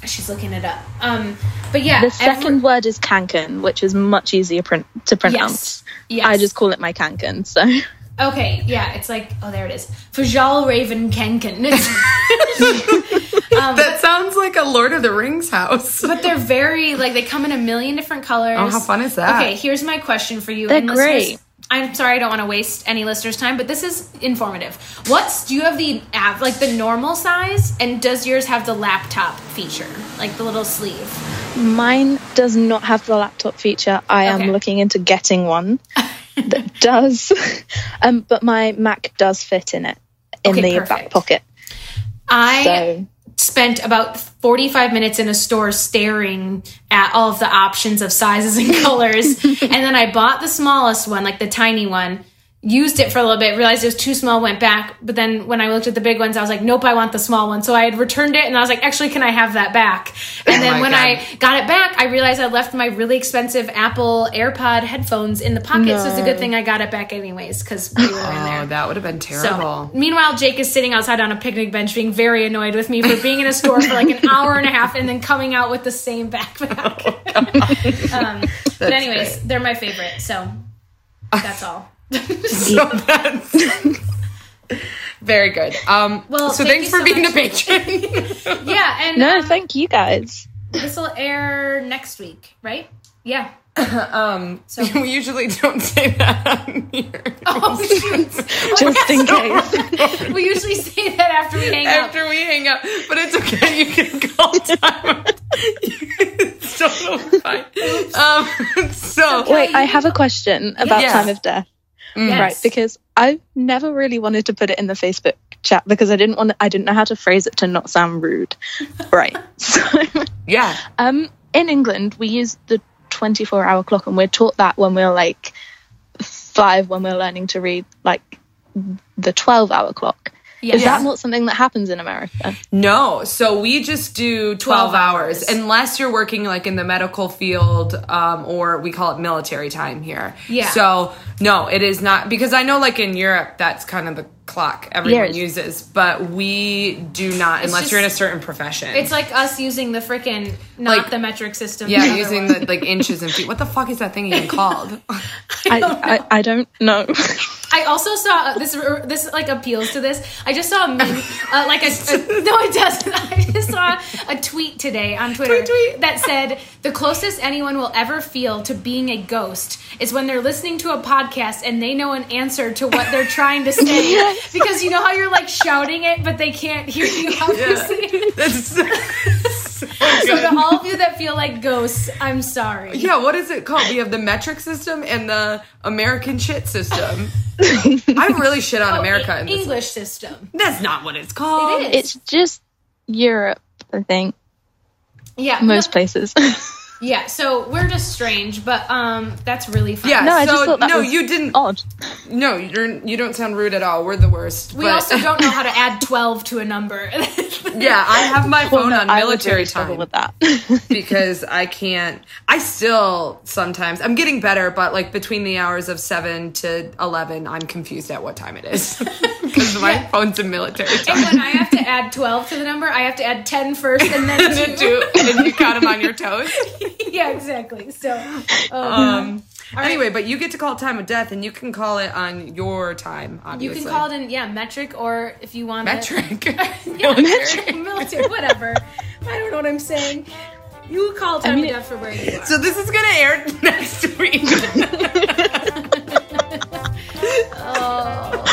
[SPEAKER 1] She's looking it up. Um, but yeah,
[SPEAKER 3] The
[SPEAKER 1] every-
[SPEAKER 3] second word is kanken, which is much easier print- to pronounce.
[SPEAKER 1] Yes. Yes.
[SPEAKER 3] I just call it my kanken, so.
[SPEAKER 1] okay. Yeah, it's like oh, there it is. Fajal Raven Kenken. It's- um,
[SPEAKER 2] that sounds like a Lord of the Rings house.
[SPEAKER 1] but they're very like they come in a million different colors.
[SPEAKER 2] Oh, how fun is that?
[SPEAKER 1] Okay, here's my question for you.
[SPEAKER 3] They're
[SPEAKER 1] listeners.
[SPEAKER 3] great.
[SPEAKER 1] I'm sorry, I don't want to waste any listeners' time, but this is informative. What's do you have the app like the normal size, and does yours have the laptop feature, like the little sleeve?
[SPEAKER 3] Mine does not have the laptop feature. I
[SPEAKER 1] Okay.
[SPEAKER 3] am looking into getting one that does. um, but my Mac does fit in it in
[SPEAKER 1] Okay,
[SPEAKER 3] the
[SPEAKER 1] perfect.
[SPEAKER 3] back pocket.
[SPEAKER 1] I
[SPEAKER 3] So-
[SPEAKER 1] spent about 45 minutes in a store staring at all of the options of sizes and colors. and then I bought the smallest one, like the tiny one, used it for a little bit, realized it was too small, went back. But then when I looked at the big ones, I was like, nope, I want the small one. So I had returned it and I was like, actually, can I have that back? And
[SPEAKER 2] Oh my
[SPEAKER 1] then when
[SPEAKER 2] God.
[SPEAKER 1] I got it back, I realized I left my really expensive Apple AirPod headphones in the pocket. So it's a good thing I got it back anyways because we were in there.
[SPEAKER 2] Oh, that would have been terrible.
[SPEAKER 1] So, meanwhile, Jake is sitting outside on a picnic bench being very annoyed with me for being in a store for like an hour and a half and then coming out with the same backpack. um, but, anyways,
[SPEAKER 2] Oh, great.
[SPEAKER 1] they're my favorite. So, that's all.
[SPEAKER 2] So that's very good. Um,
[SPEAKER 1] Well,
[SPEAKER 2] so
[SPEAKER 1] thank
[SPEAKER 2] thanks
[SPEAKER 1] you
[SPEAKER 2] for
[SPEAKER 1] so
[SPEAKER 2] being
[SPEAKER 1] much.
[SPEAKER 2] a patron.
[SPEAKER 1] Yeah, and uh,
[SPEAKER 3] No, thank you guys.
[SPEAKER 1] this will air next week, right? Yeah.
[SPEAKER 2] um, we usually don't say that on here.
[SPEAKER 1] Oh, shoot.
[SPEAKER 3] Just in case.
[SPEAKER 1] we usually say that after we hang up.
[SPEAKER 2] After we hang up, but it's okay. You can call time. it's totally fine. Um, so
[SPEAKER 3] Wait, I have a question about
[SPEAKER 2] Yeah.
[SPEAKER 3] time of death.
[SPEAKER 1] Yes.
[SPEAKER 3] Right, because I never really wanted to put it in the Facebook chat because I didn't want I didn't know how to phrase it to not sound rude. right. So
[SPEAKER 2] yeah,
[SPEAKER 3] Um, in England, we use the 24 hour clock, and we're taught that when we're like five, when we're learning to read like the 12 hour clock.
[SPEAKER 1] Yes.
[SPEAKER 3] Is that not something that happens in America?
[SPEAKER 2] No, so we just do 12,
[SPEAKER 1] 12
[SPEAKER 2] hours.
[SPEAKER 1] hours.
[SPEAKER 2] unless you're working like in the medical field um, or we call it military time here.
[SPEAKER 1] Yeah.
[SPEAKER 2] So, no, it is not because I know like in Europe that's kind of the clock everyone
[SPEAKER 3] Yes.
[SPEAKER 2] uses, but we do not unless
[SPEAKER 1] just-
[SPEAKER 2] you're in a certain profession.
[SPEAKER 1] It's like us using the freaking, not
[SPEAKER 2] Like-
[SPEAKER 1] the metric system.
[SPEAKER 2] yeah,
[SPEAKER 1] other
[SPEAKER 2] using
[SPEAKER 1] one.
[SPEAKER 2] the like inches and feet. What the fuck is that thing even called?
[SPEAKER 3] I, I, I don't know.
[SPEAKER 1] I also saw uh, this. r- This like appeals to this. I just saw a meme, uh, like a, a- no, it doesn't. I just saw a tweet today on Twitter
[SPEAKER 2] Tweet, tweet.
[SPEAKER 1] that said the closest anyone will ever feel to being a ghost is when they're listening to a podcast and they know an answer to what they're trying to say because you know how you're like shouting it but they can't hear you obviously.
[SPEAKER 2] That's so,
[SPEAKER 1] so to all of you that feel like ghosts, I'm sorry.
[SPEAKER 2] Yeah, what is it called? We have the metric system and the American shit system. I really shit on
[SPEAKER 1] Oh,
[SPEAKER 2] America
[SPEAKER 1] E-
[SPEAKER 2] in this.
[SPEAKER 1] English system.
[SPEAKER 2] That's not what it's called.
[SPEAKER 1] It is.
[SPEAKER 3] It's just Europe, I think,
[SPEAKER 1] yeah.
[SPEAKER 3] most
[SPEAKER 1] no-
[SPEAKER 3] places.
[SPEAKER 1] yeah. So we're just strange, but um, that's really fun.
[SPEAKER 2] Yeah.
[SPEAKER 3] No, I
[SPEAKER 2] so
[SPEAKER 3] just thought that
[SPEAKER 2] no,
[SPEAKER 3] was
[SPEAKER 2] you didn't.
[SPEAKER 3] Odd.
[SPEAKER 2] No, you're you don't sound rude at all. We're the worst.
[SPEAKER 1] We
[SPEAKER 2] but-
[SPEAKER 1] also don't know how to add twelve to a number.
[SPEAKER 2] yeah, I have my phone
[SPEAKER 3] no,
[SPEAKER 2] on
[SPEAKER 3] I would
[SPEAKER 2] military
[SPEAKER 3] really struggle
[SPEAKER 2] time
[SPEAKER 3] with that.
[SPEAKER 2] because I can't. I still sometimes I'm getting better, but like between the hours of seven to eleven, I'm confused at what time it is because my phone's in military time.
[SPEAKER 1] And when I have to add twelve to the number, I have to add 10 first and then
[SPEAKER 2] and then
[SPEAKER 1] two.
[SPEAKER 2] do- and you count them on your toes.
[SPEAKER 1] yeah, exactly. So, um,
[SPEAKER 2] Um, anyway, but you get to call it time of death, and you can call it on your time.
[SPEAKER 1] you
[SPEAKER 2] Obviously,
[SPEAKER 1] can call it in yeah metric or if you want it-
[SPEAKER 2] metric.
[SPEAKER 1] yeah, military, military, whatever. I don't know what I'm saying. You call time
[SPEAKER 3] mean,
[SPEAKER 1] to death for where you are.
[SPEAKER 2] So this is gonna air next week.
[SPEAKER 1] Oh,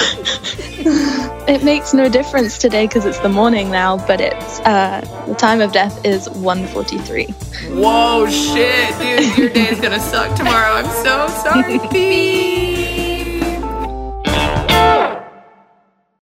[SPEAKER 3] it makes no difference today because it's the morning now, but it's uh, the time of death is 1:43.
[SPEAKER 2] Whoa, shit, dude, your day's gonna suck tomorrow. I'm so sorry. Beep.